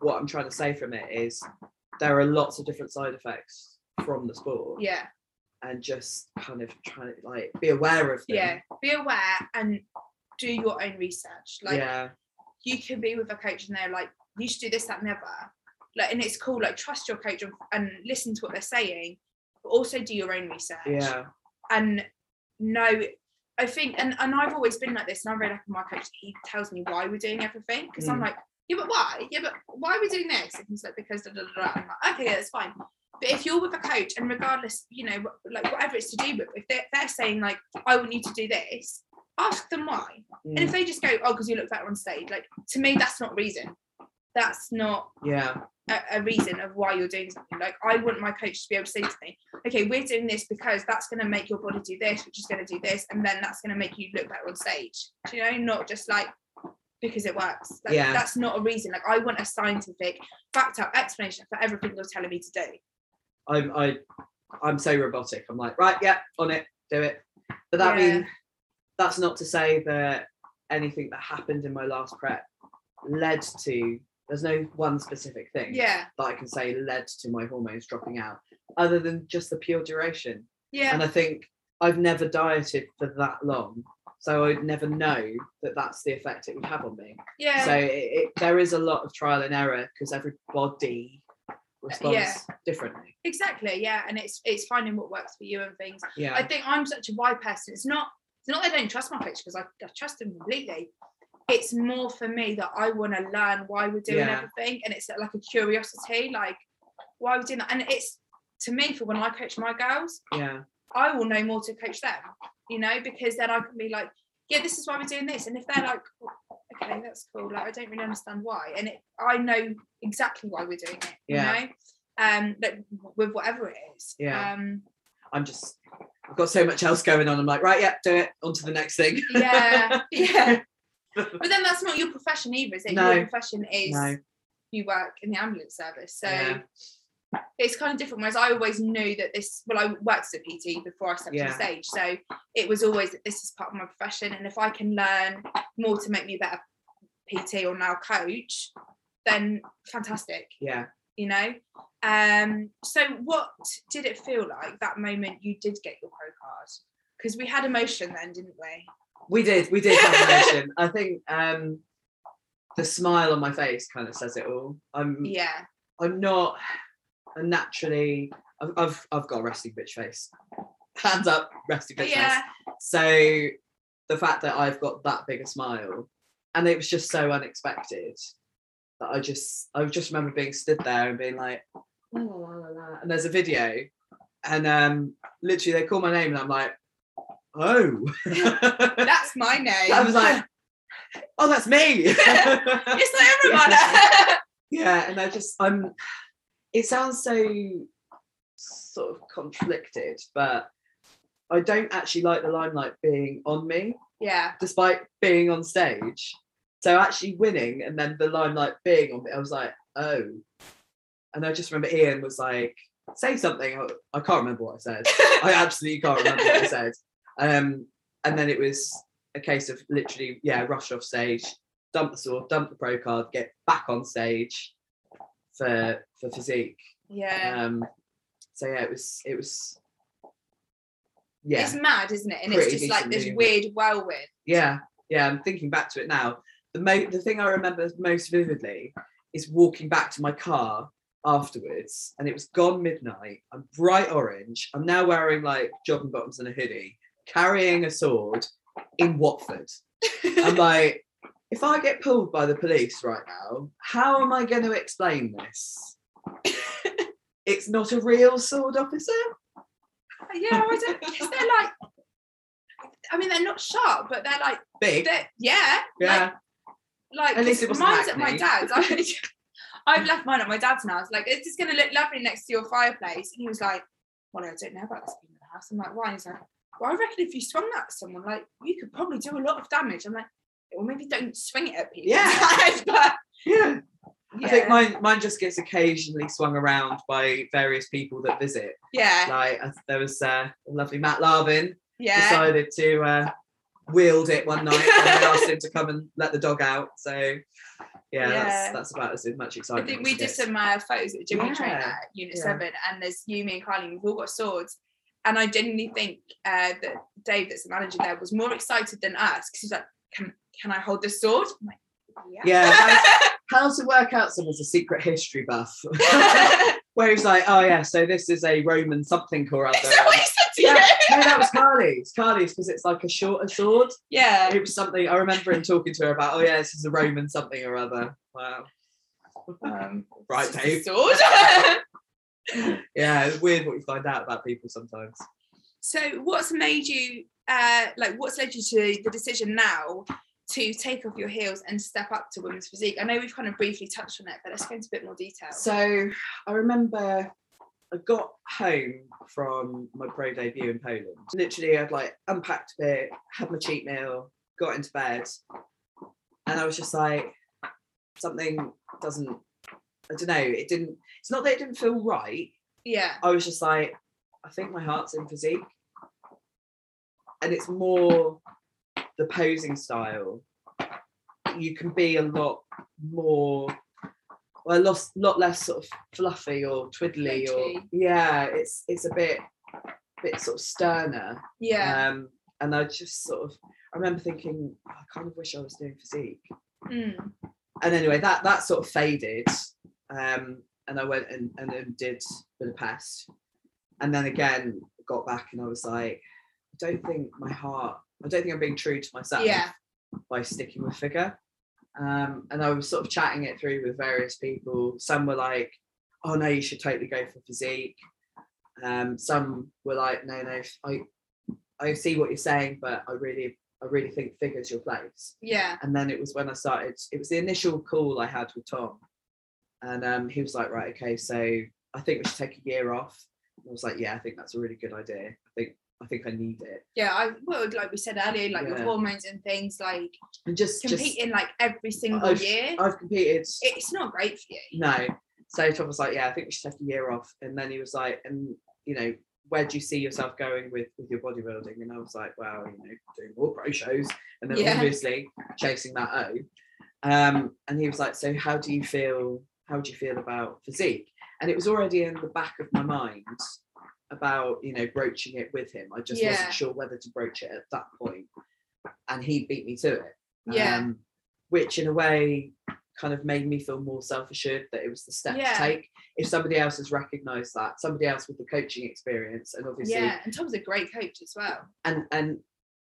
Speaker 2: what I'm trying to say from it is there are lots of different side effects from the sport.
Speaker 1: Yeah.
Speaker 2: and just kind of trying to like be aware of them.
Speaker 1: Yeah. Be aware and do your own research. Like
Speaker 2: yeah,
Speaker 1: you can be with a coach and they're like, you should do this, that, and the other. Like, and it's cool, like trust your coach and, and listen to what they're saying, but also do your own research.
Speaker 2: yeah,
Speaker 1: And no, I think, and, and I've always been like this, and I read up on my coach, he tells me why we're doing everything. Because I'm
Speaker 2: Mm.
Speaker 1: like, yeah, but why? Yeah, but why are we doing this? And he's like, because da da da. da. I'm like, okay, yeah, that's fine. But if you're with a coach and regardless, you know, wh- like whatever it's to do with, if they're, they're saying like, I want you to do this, ask them why. And
Speaker 2: mm,
Speaker 1: if they just go, oh, because you look better on stage, like to me, that's not reason. That's not
Speaker 2: yeah,
Speaker 1: a, a reason of why you're doing something. Like I want my coach to be able to say to me, okay, we're doing this because that's going to make your body do this, which is going to do this, and then that's going to make you look better on stage. Do you know? Not just like because it works. Like,
Speaker 2: Yeah.
Speaker 1: That's not a reason. Like I want a scientific, backed up explanation for everything you're telling me to do.
Speaker 2: I'm I, I'm so robotic. I'm like, right, yeah, on it, do it. But that
Speaker 1: Yeah.
Speaker 2: means that's not to say that anything that happened in my last prep led to. There's no one specific thing
Speaker 1: Yeah.
Speaker 2: that I can say led to my hormones dropping out, other than just the pure duration.
Speaker 1: Yeah.
Speaker 2: And I think I've never dieted for that long, so I'd never know that that's the effect it would have on me.
Speaker 1: Yeah.
Speaker 2: So it, it, there is a lot of trial and error because everybody responds differently.
Speaker 1: exactly. Yeah. And it's it's finding what works for you and things.
Speaker 2: Yeah.
Speaker 1: I think I'm such a wide person. It's not it's not that I don't trust my coach because I, I trust him completely. It's more for me that I want to learn why we're doing
Speaker 2: Yeah.
Speaker 1: everything, and it's like a curiosity, like why we're doing that. And it's to me for when I coach my girls,
Speaker 2: yeah.
Speaker 1: I will know more to coach them, you know, because then I can be like, yeah, this is why we're doing this. And if they're like, "Oh, okay, that's cool, like I don't really understand why, and it, I know exactly why we're doing it, you
Speaker 2: Yeah.
Speaker 1: know, um, like with whatever it is,
Speaker 2: Yeah.
Speaker 1: um,
Speaker 2: I'm just I've got so much else going on. I'm like, right, yeah, do it. On to the next thing.
Speaker 1: yeah, yeah. But then that's not your profession either, is it?
Speaker 2: No.
Speaker 1: Your profession is
Speaker 2: No.
Speaker 1: you work in the ambulance service. So
Speaker 2: Yeah.
Speaker 1: it's kind of different. Whereas I always knew that this, well, I worked as a PT before I stepped
Speaker 2: Yeah.
Speaker 1: on stage. So it was always that this is part of my profession. And if I can learn more to make me a better PT or now coach, then fantastic,
Speaker 2: Yeah.
Speaker 1: you know? Um, so what did it feel like that moment you did get your pro card? Because we had emotion then, didn't we?
Speaker 2: We did. We did have an action. I think um, the smile on my face kind of says it all. I'm
Speaker 1: Yeah.
Speaker 2: I'm not I'm naturally I've, I've I've got a resting bitch face. Hands up, resting bitch face.
Speaker 1: Yeah.
Speaker 2: So the fact that I've got that big a smile, and it was just so unexpected that I just I just remember being stood there and being like, "La, la, la, la, la," and there's a video, and um, literally they call my name and I'm like, oh, that
Speaker 1: That's my name.
Speaker 2: was like, oh, that's me.
Speaker 1: it's not everyone.
Speaker 2: yeah, and I just I'm. It sounds so sort of conflicted, but I don't actually like the limelight being on me
Speaker 1: yeah.
Speaker 2: despite being on stage. So actually winning and then the limelight being on me, I was like, oh. And I just remember Ian was like, say something. I- I can't remember what I said. I absolutely can't remember what I said. Um, and then it was a case of literally, yeah, rush off stage, dump the sword, dump the pro card, get back on stage for for physique.
Speaker 1: Yeah.
Speaker 2: Um, so yeah, it was it was yeah.
Speaker 1: It's mad, isn't it? And
Speaker 2: Pretty
Speaker 1: it's just like
Speaker 2: decent
Speaker 1: this
Speaker 2: movie.
Speaker 1: weird whirlwind.
Speaker 2: yeah yeah i'm thinking back to it now the mo- the thing i remember most vividly is walking back to my car afterwards and it was gone midnight i'm bright orange i'm now wearing like jogging bottoms and a hoodie carrying a sword in watford i'm like if i get pulled by the police right now how am i going to explain this it's not a real sword officer
Speaker 1: yeah, I don't guess they're like I mean they're not sharp, but they're like
Speaker 2: big
Speaker 1: they're yeah.
Speaker 2: yeah
Speaker 1: Like, like
Speaker 2: At least it wasn't
Speaker 1: mine's at my
Speaker 2: acne.
Speaker 1: dad's. I, I've left mine at my dad's now. I was like, it's just gonna look lovely next to your fireplace. And he was like, Well, I don't know about this being in the house. I'm like, why? And he's like, Well, I reckon if you swung that at someone, like you could probably do a lot of damage. I'm like, well, maybe don't swing it at people.
Speaker 2: Yeah.
Speaker 1: but
Speaker 2: yeah I think
Speaker 1: Yeah.
Speaker 2: mine mine just gets occasionally swung around by various people that visit.
Speaker 1: yeah,
Speaker 2: Like uh, there was uh, lovely Matt Larvin
Speaker 1: yeah.
Speaker 2: decided to uh, wield it one night and I asked him to come and let the dog out. So
Speaker 1: Yeah.
Speaker 2: yeah, That's, that's about as
Speaker 1: I
Speaker 2: much excitement.
Speaker 1: think
Speaker 2: as
Speaker 1: we
Speaker 2: it
Speaker 1: did
Speaker 2: gets.
Speaker 1: some uh, photos at Jimmy
Speaker 2: Yeah.
Speaker 1: Train at Unit
Speaker 2: Yeah.
Speaker 1: Seven, and there's you, me, and Kylie. We've all got swords, and I genuinely think uh, that Dave, that's the manager there, was more excited than us because he's like, "Can can I hold the sword?" I'm like, "Yeah."
Speaker 2: Yeah, how, how to work out someone's a secret history buff. Where he's like, oh yeah, so this is a Roman something or other.
Speaker 1: Is that what he said to
Speaker 2: Yeah.
Speaker 1: you?
Speaker 2: no, that was Carly's. Carly's because it's like a shorter sword.
Speaker 1: Yeah.
Speaker 2: it was something I remember him talking to her about. Oh yeah, this is a Roman something or other. Wow.
Speaker 1: Um,
Speaker 2: Right,
Speaker 1: it's just a
Speaker 2: Dave.
Speaker 1: Sword.
Speaker 2: Yeah, it's weird what you find out about people sometimes.
Speaker 1: so, what's made you uh, like? What's led you to the decision now? To take off your heels and step up to women's physique. I know we've kind of briefly touched on it, but let's go into a bit more detail.
Speaker 2: So I remember I got home from my pro debut in Poland. Literally, I'd like unpacked a bit, had my cheat meal, got into bed, and I was just like, something doesn't. I don't know. It didn't. It's not that it didn't feel right.
Speaker 1: yeah.
Speaker 2: I was just like, I think my heart's in physique. And it's more the posing style. You can be a lot more, well, a lot, lot less sort of fluffy or twiddly or
Speaker 1: Twitchy.
Speaker 2: yeah, it's it's a bit bit sort of sterner.
Speaker 1: Yeah.
Speaker 2: Um, and I just sort of I remember thinking, "Oh, I kind of wish I was doing physique
Speaker 1: Mm.
Speaker 2: and anyway, that that sort of faded, um, and I went and, and then did Budapest, and then again got back and I was like, I don't think my heart, I don't think I'm being true to myself
Speaker 1: Yeah.
Speaker 2: by sticking with figure, um, and I was sort of chatting it through with various people. Some were like, oh no, you should totally go for physique. Um, some were like, no, no, I, I see what you're saying, but I really, I really think figure's your place
Speaker 1: Yeah.
Speaker 2: and then it was when I started. It was the initial call I had with Tom, and um, he was like, "Right, okay, so I think we should take a year off." And I was like, "Yeah, I think that's a really good idea. I think I think I need it.
Speaker 1: Yeah, I well, like we said earlier, like with
Speaker 2: Yeah.
Speaker 1: hormones and things, like
Speaker 2: And just just
Speaker 1: competing like every single
Speaker 2: I've-
Speaker 1: year,
Speaker 2: I've competed.
Speaker 1: it's not great for you.
Speaker 2: No. So Tom was like, yeah, I think we should take a year off. And then he was like, and you know, where do you see yourself going with with your bodybuilding? And I was like, well, you know, doing more pro shows, and then
Speaker 1: Yeah.
Speaker 2: obviously chasing that O. Um, and he was like, so how do you feel? How do you feel about physique? And it was already in the back of my mind about you know broaching it with him. I just
Speaker 1: Yeah.
Speaker 2: wasn't sure whether to broach it at that point, and he beat me to it
Speaker 1: Yeah.
Speaker 2: um, which in a way kind of made me feel more self-assured that it was the step
Speaker 1: Yeah.
Speaker 2: to take if somebody else has recognized that somebody else with the coaching experience and obviously
Speaker 1: Yeah, and Tom's a great coach as well.
Speaker 2: and and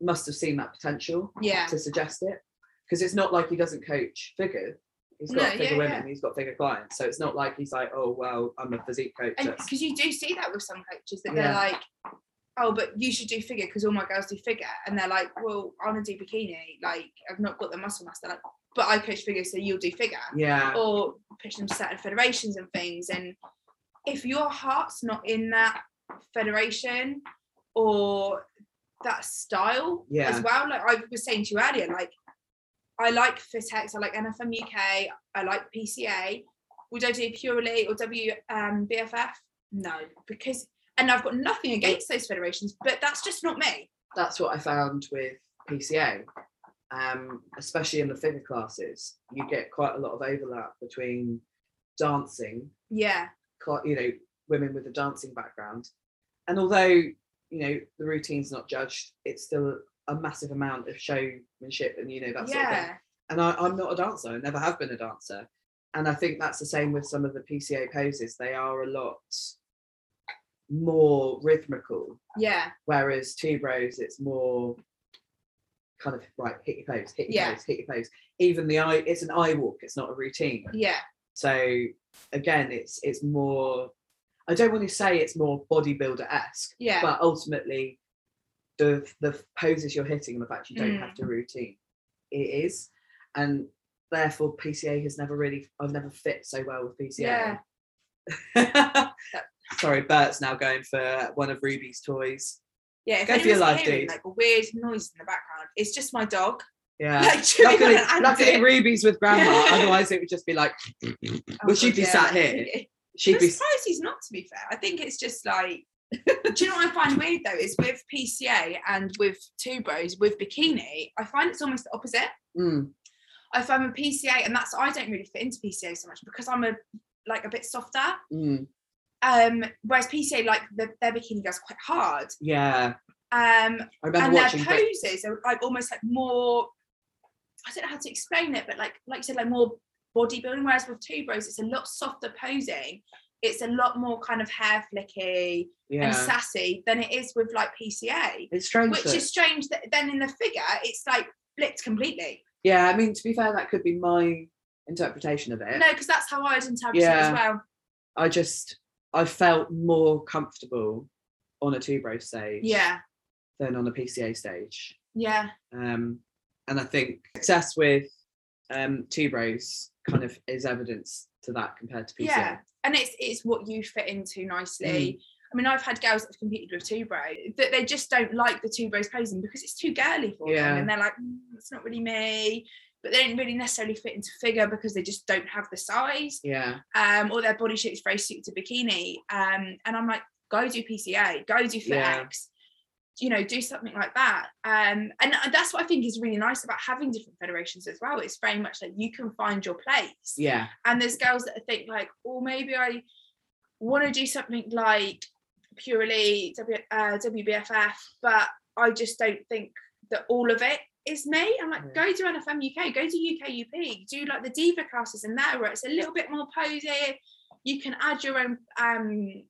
Speaker 2: must have seen that potential
Speaker 1: Yeah,
Speaker 2: to suggest it because it's not like he doesn't coach figure he's
Speaker 1: No,
Speaker 2: got figure
Speaker 1: yeah,
Speaker 2: women
Speaker 1: yeah.
Speaker 2: he's got figure clients so it's not like he's like oh well i'm a physique coach
Speaker 1: and
Speaker 2: that's-
Speaker 1: because you do see that with some coaches that they're
Speaker 2: Yeah.
Speaker 1: like, oh, but you should do figure because all my girls do figure, and they're like, well, I want to do bikini, like I've not got the muscle mass. They're like, but I coach figure, so you'll do figure,
Speaker 2: yeah
Speaker 1: or push them to certain federations and things. And if your heart's not in that federation or that style
Speaker 2: Yeah.
Speaker 1: as well, like I was saying to you earlier, like I like FitX, I like NFM UK, I like PCA. Would I do purely or W um, BFF? No, because and I've got nothing against those federations, but that's just not me.
Speaker 2: that's what i found with pca um, especially in the figure classes you get quite a lot of overlap between dancing
Speaker 1: Yeah,
Speaker 2: cla- you know women with a dancing background and although you know the routine's not judged it's still a massive amount of showmanship and you know that sort of thing
Speaker 1: yeah,
Speaker 2: and I, i'm not a dancer i never have been a dancer and i think that's the same with some of the pca poses they are a lot more rhythmical
Speaker 1: yeah,
Speaker 2: whereas two bros it's more kind of right hit your pose hit your
Speaker 1: Yeah.
Speaker 2: pose hit your pose even the eye it's an eye walk it's not a routine
Speaker 1: yeah,
Speaker 2: so again, it's it's more. I don't want to say it's more bodybuilder esque,
Speaker 1: yeah.
Speaker 2: but ultimately, the the poses you're hitting and the fact you don't
Speaker 1: Mm.
Speaker 2: have to routine, it is, and therefore PCA has never really. I've never fit so well with PCA. Sorry, Bert's now going for one of Ruby's toys.
Speaker 1: Yeah, if
Speaker 2: Go for your
Speaker 1: anyone's
Speaker 2: life,
Speaker 1: hearing
Speaker 2: dude.
Speaker 1: like a weird noise in the background, it's just my dog.
Speaker 2: Yeah.
Speaker 1: Like chewing on
Speaker 2: Luckily,
Speaker 1: an ant.
Speaker 2: luckily, Ruby's with grandma.
Speaker 1: Yeah.
Speaker 2: Otherwise, it would just be like
Speaker 1: Oh,
Speaker 2: well, she'd
Speaker 1: God,
Speaker 2: be
Speaker 1: yeah,
Speaker 2: sat
Speaker 1: like-
Speaker 2: here.
Speaker 1: I'm
Speaker 2: she'd be.
Speaker 1: surprised he's not. To be fair, I think it's just like. Do you know what I find weird though? Is with PCA and with two bros with bikini, I find it's almost the opposite.
Speaker 2: Mm,
Speaker 1: I find with PCA, and that's I don't really fit into PCA so much because I'm a like a bit softer.
Speaker 2: mm,
Speaker 1: Um, whereas PCA, like the, their bikini goes quite hard.
Speaker 2: yeah,
Speaker 1: Um,
Speaker 2: I remember
Speaker 1: and their
Speaker 2: watching. Brit-
Speaker 1: poses are like almost like more I don't know how to explain it, but like like you said, like more bodybuilding, whereas with two bros, it's a lot softer posing. It's a lot more kind of hair flicky
Speaker 2: yeah.
Speaker 1: and sassy than it is with like PCA.
Speaker 2: It's strange.
Speaker 1: Which
Speaker 2: that-
Speaker 1: is strange that then in the figure it's like flipped completely.
Speaker 2: yeah, I mean, to be fair, that could be my interpretation of it.
Speaker 1: No, because that's how I'd interpret it as
Speaker 2: Yeah.
Speaker 1: well.
Speaker 2: I just I felt more comfortable on a two bro stage
Speaker 1: Yeah.
Speaker 2: than on a PCA stage.
Speaker 1: Yeah.
Speaker 2: Um, and I think success with um two bros kind of is evidence to that compared to PCA.
Speaker 1: Yeah. and it's it's what you fit into
Speaker 2: Mm.
Speaker 1: nicely. I mean, I've had girls that have competed with two bro that they just don't like the two bros posing because it's too girly for them,
Speaker 2: Yeah.
Speaker 1: and they're like, "Mm, it's not really me. But they don't really necessarily fit into figure because they just don't have the size,
Speaker 2: Yeah.
Speaker 1: um, or their body shape is very suited to bikini. Um, and I'm like, go do PCA, go do FitX,
Speaker 2: Yeah.
Speaker 1: you know, do something like that. Um, and that's what I think is really nice about having different federations as well. It's very much like you can find your place
Speaker 2: Yeah.
Speaker 1: and there's girls that think like oh maybe i want to do something like purely w, uh, wbff but i just don't think that all of it is me i'm like
Speaker 2: Yeah.
Speaker 1: go to nfm uk go to uk up do like the diva classes and there where it's a little bit more posy you can add your own um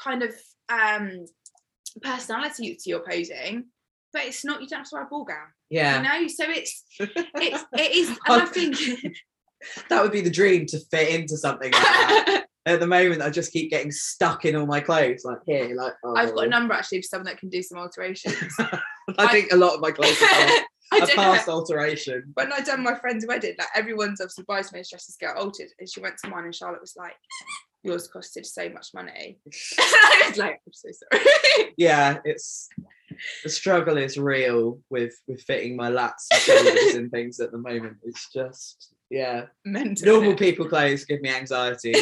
Speaker 1: kind of um personality to your posing but it's not you don't have to wear a ball gown
Speaker 2: Yeah.
Speaker 1: you know so it's it's it is and i think
Speaker 2: That would be the dream to fit into something like that. At the moment, I just keep getting stuck in all my clothes, like here, like oh.
Speaker 1: I've got a number actually for someone that can do some alterations.
Speaker 2: I think a lot of my clothes are
Speaker 1: I
Speaker 2: a
Speaker 1: don't know.
Speaker 2: past alteration.
Speaker 1: When I done my friend's wedding, like everyone's obviously bridesmaids dresses get altered, and she went to mine, and Charlotte was like, "Yours costed so much money." I was like, "I'm so sorry."
Speaker 2: yeah, it's the struggle is real with with fitting my lats and shoulders and things at the moment. It's just yeah.
Speaker 1: Mental.
Speaker 2: Normal
Speaker 1: innit?
Speaker 2: people clothes give me anxiety,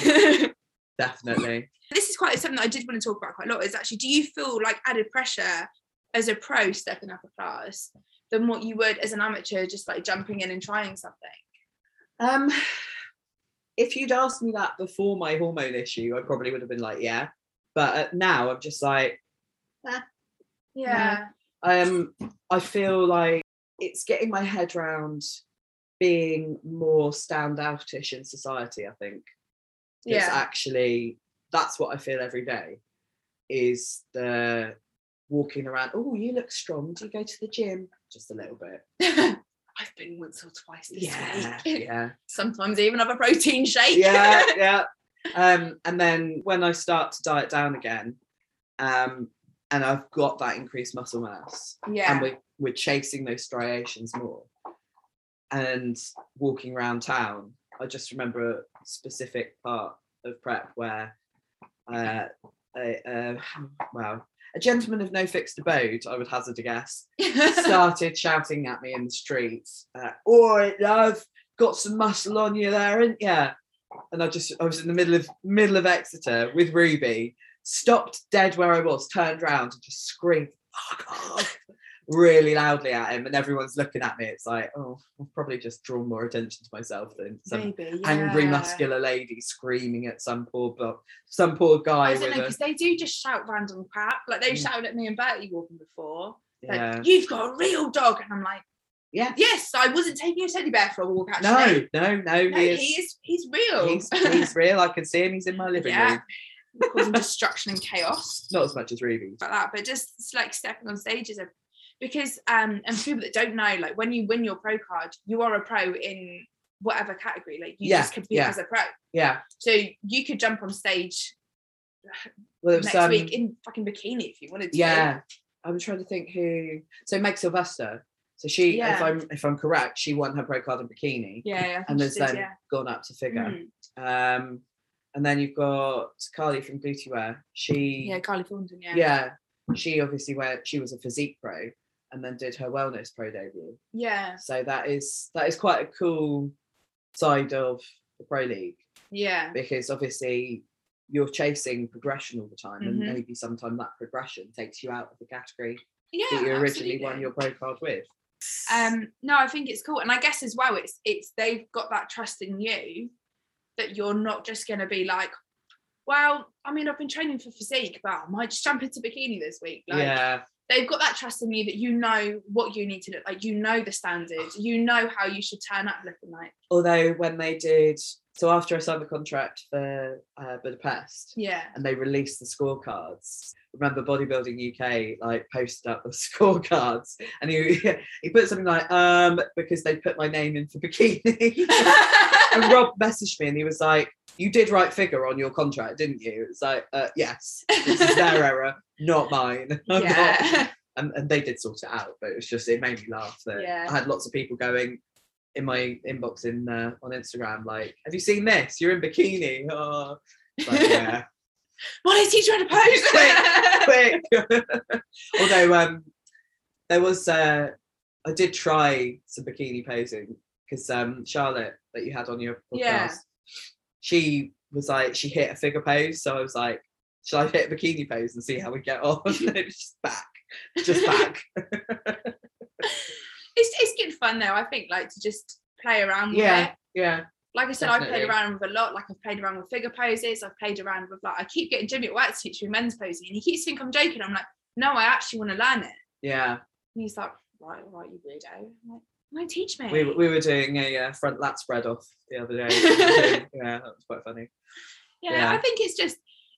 Speaker 2: definitely.
Speaker 1: this is quite something that I did want to talk about quite a lot. Is actually, do you feel like added pressure as a pro stepping up a class than what you would as an amateur, just like jumping in and trying something?
Speaker 2: Um, if you'd asked me that before my hormone issue, I probably would have been like, yeah. But uh, now I'm just like,
Speaker 1: Yeah.
Speaker 2: um, I feel like it's getting my head round being more standoutish in society. I think it's
Speaker 1: Yeah.
Speaker 2: actually that's what I feel every day is the walking around. Oh, you look strong. Do you go to the gym? Just a little bit.
Speaker 1: I've been once or twice this week.
Speaker 2: yeah.
Speaker 1: Sometimes I even have a protein shake.
Speaker 2: yeah yeah um and then when i start to diet down again um and i've got that increased muscle mass and
Speaker 1: yeah.
Speaker 2: we're, we're chasing those striations more and walking around town i just remember a specific part of prep where uh, a, uh well a gentleman of no fixed abode i would hazard a guess started shouting at me in the streets, uh, "Oi, love, got some muscle on you there, ain't ya?" And I just, I was in the middle of middle of Exeter with Ruby, stopped dead where I was, turned round and just screamed, "Fuck off!" really loudly at him, and everyone's looking at me. It's like, oh, I've probably just drawn more attention to myself than some
Speaker 1: Maybe,
Speaker 2: angry
Speaker 1: yeah.
Speaker 2: muscular lady screaming at some poor bloke, some poor guy
Speaker 1: I don't know
Speaker 2: with a
Speaker 1: because they do just shout random crap. Like they
Speaker 2: Mm.
Speaker 1: shouted at me and Bertie walking before. Like,
Speaker 2: yeah,
Speaker 1: you've got a real dog, and I'm like,
Speaker 2: yeah.
Speaker 1: yes, I wasn't taking a teddy bear for a walk. Actually,
Speaker 2: No, no, no,
Speaker 1: no,
Speaker 2: he
Speaker 1: he
Speaker 2: is-
Speaker 1: is. He's real.
Speaker 2: He's, he's real. I can see him. He's in my living
Speaker 1: Yeah.
Speaker 2: room.
Speaker 1: causing destruction and chaos
Speaker 2: Not as much as Ruby.
Speaker 1: like that but just it's like stepping on stages of because um and for people that don't know like when you win your pro card you are a pro in whatever category like you
Speaker 2: Yeah,
Speaker 1: just compete
Speaker 2: yeah.
Speaker 1: as a pro
Speaker 2: Yeah.
Speaker 1: so you could jump on stage
Speaker 2: Well, it was
Speaker 1: next
Speaker 2: um,
Speaker 1: week in fucking bikini if you wanted to
Speaker 2: yeah. I'm trying to think who. So Meg Sylvester. So she, if
Speaker 1: Yeah.
Speaker 2: I'm if I'm correct, she won her pro card in bikini
Speaker 1: yeah, yeah I
Speaker 2: and
Speaker 1: think
Speaker 2: has
Speaker 1: she did,
Speaker 2: then
Speaker 1: yeah.
Speaker 2: gone up to figure.
Speaker 1: Mm.
Speaker 2: Um, and then you've got Carly from Glutewear. She,
Speaker 1: yeah Carly Thornton yeah
Speaker 2: yeah. she obviously went. She was a physique pro and then did her wellness pro debut.
Speaker 1: yeah
Speaker 2: So that is that is quite a cool side of the pro league.
Speaker 1: yeah
Speaker 2: because obviously you're chasing progression all the time and
Speaker 1: Mhm.
Speaker 2: maybe sometimes that progression takes you out of the category
Speaker 1: yeah
Speaker 2: that you originally
Speaker 1: absolutely.
Speaker 2: won your pro card with
Speaker 1: um no i think it's cool and i guess as well it's it's they've got that trust in you that you're not just going to be like well i mean i've been training for physique but i might just jump into bikini this week like
Speaker 2: yeah
Speaker 1: they've got that trust in you that you know what you need to look like you know the standards you know how you should turn up looking like
Speaker 2: although when they did so after i signed the contract for uh, budapest
Speaker 1: yeah
Speaker 2: and they released the scorecards remember bodybuilding uk like posted up the scorecards and he he put something like um because they put my name in for bikini and Rob messaged me and he was like, "You did write figure on your contract, didn't you?" It's like, uh, "Yes, this is their error, not mine." I'm not-
Speaker 1: yeah
Speaker 2: And, and they did sort it out, but it was just it made me laugh that
Speaker 1: Yeah.
Speaker 2: I had lots of people going in my inbox in uh, on Instagram like, "Have you seen this? You're in bikini." Oh. It's Like, yeah,
Speaker 1: what is he trying to pose
Speaker 2: Quick. quick. Although um, there was uh, I did try some bikini posing because um, Charlotte that you had on your podcast,
Speaker 1: Yeah.
Speaker 2: she was like she hit a figure pose, so I was like, shall I hit a bikini pose and see how we get on? And it was just back, just back.
Speaker 1: it's, it's good fun though i think like to just play around with it
Speaker 2: yeah, yeah,
Speaker 1: like I said, I've played
Speaker 2: Definitely.
Speaker 1: around with a lot. Like I've played around with figure poses. I've played around with like I keep getting Jimmy at work to teach me men's posing, and he keeps thinking I'm joking. I'm like, no, I actually want to learn it.
Speaker 2: yeah.
Speaker 1: And he's like, right, right, you weirdo. I'm like, no, teach me.
Speaker 2: We, we were doing a uh, front lat spread off the other day. yeah, that was quite funny.
Speaker 1: yeah,
Speaker 2: yeah.
Speaker 1: I think it's just,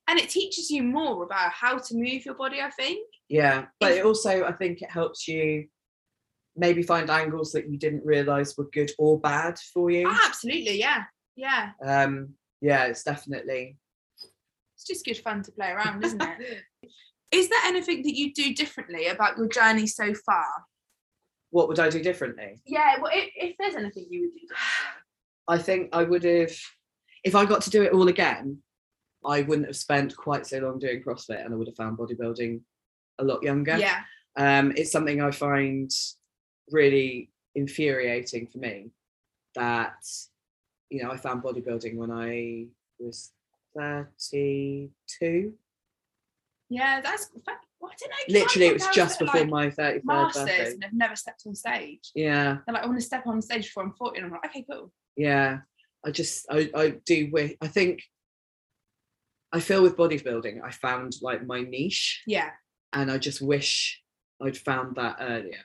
Speaker 1: and it teaches you more about how to move your body. I think.
Speaker 2: Yeah, but
Speaker 1: If-
Speaker 2: it also I think it helps you maybe find angles that you didn't realize were good or bad for you.
Speaker 1: Oh, absolutely, yeah, yeah.
Speaker 2: Um, yeah, it's definitely.
Speaker 1: It's just good fun to play around, isn't it? Is there anything that you do differently about your journey so far?
Speaker 2: What would I do differently?
Speaker 1: Yeah, well, if, if there's anything you would do
Speaker 2: I think I would have, if I got to do it all again, I wouldn't have spent quite so long doing CrossFit, and I would have found bodybuilding a lot younger.
Speaker 1: differently. Yeah,
Speaker 2: Um, it's something I find really infuriating for me that, you know, I found bodybuilding when I was 32.
Speaker 1: Yeah, that's fa- well, I don't know. 'cause
Speaker 2: Literally,
Speaker 1: I've
Speaker 2: it was
Speaker 1: got
Speaker 2: just
Speaker 1: girls
Speaker 2: before
Speaker 1: that are,
Speaker 2: my 33rd
Speaker 1: like, masters
Speaker 2: birthday.
Speaker 1: and have never stepped on stage.
Speaker 2: Yeah.
Speaker 1: They're like, I want to step on stage before I'm 40. And I'm like, okay, cool.
Speaker 2: yeah i just i, I do wish i think i feel with bodybuilding i found like my niche
Speaker 1: Yeah.
Speaker 2: and i just wish i'd found that earlier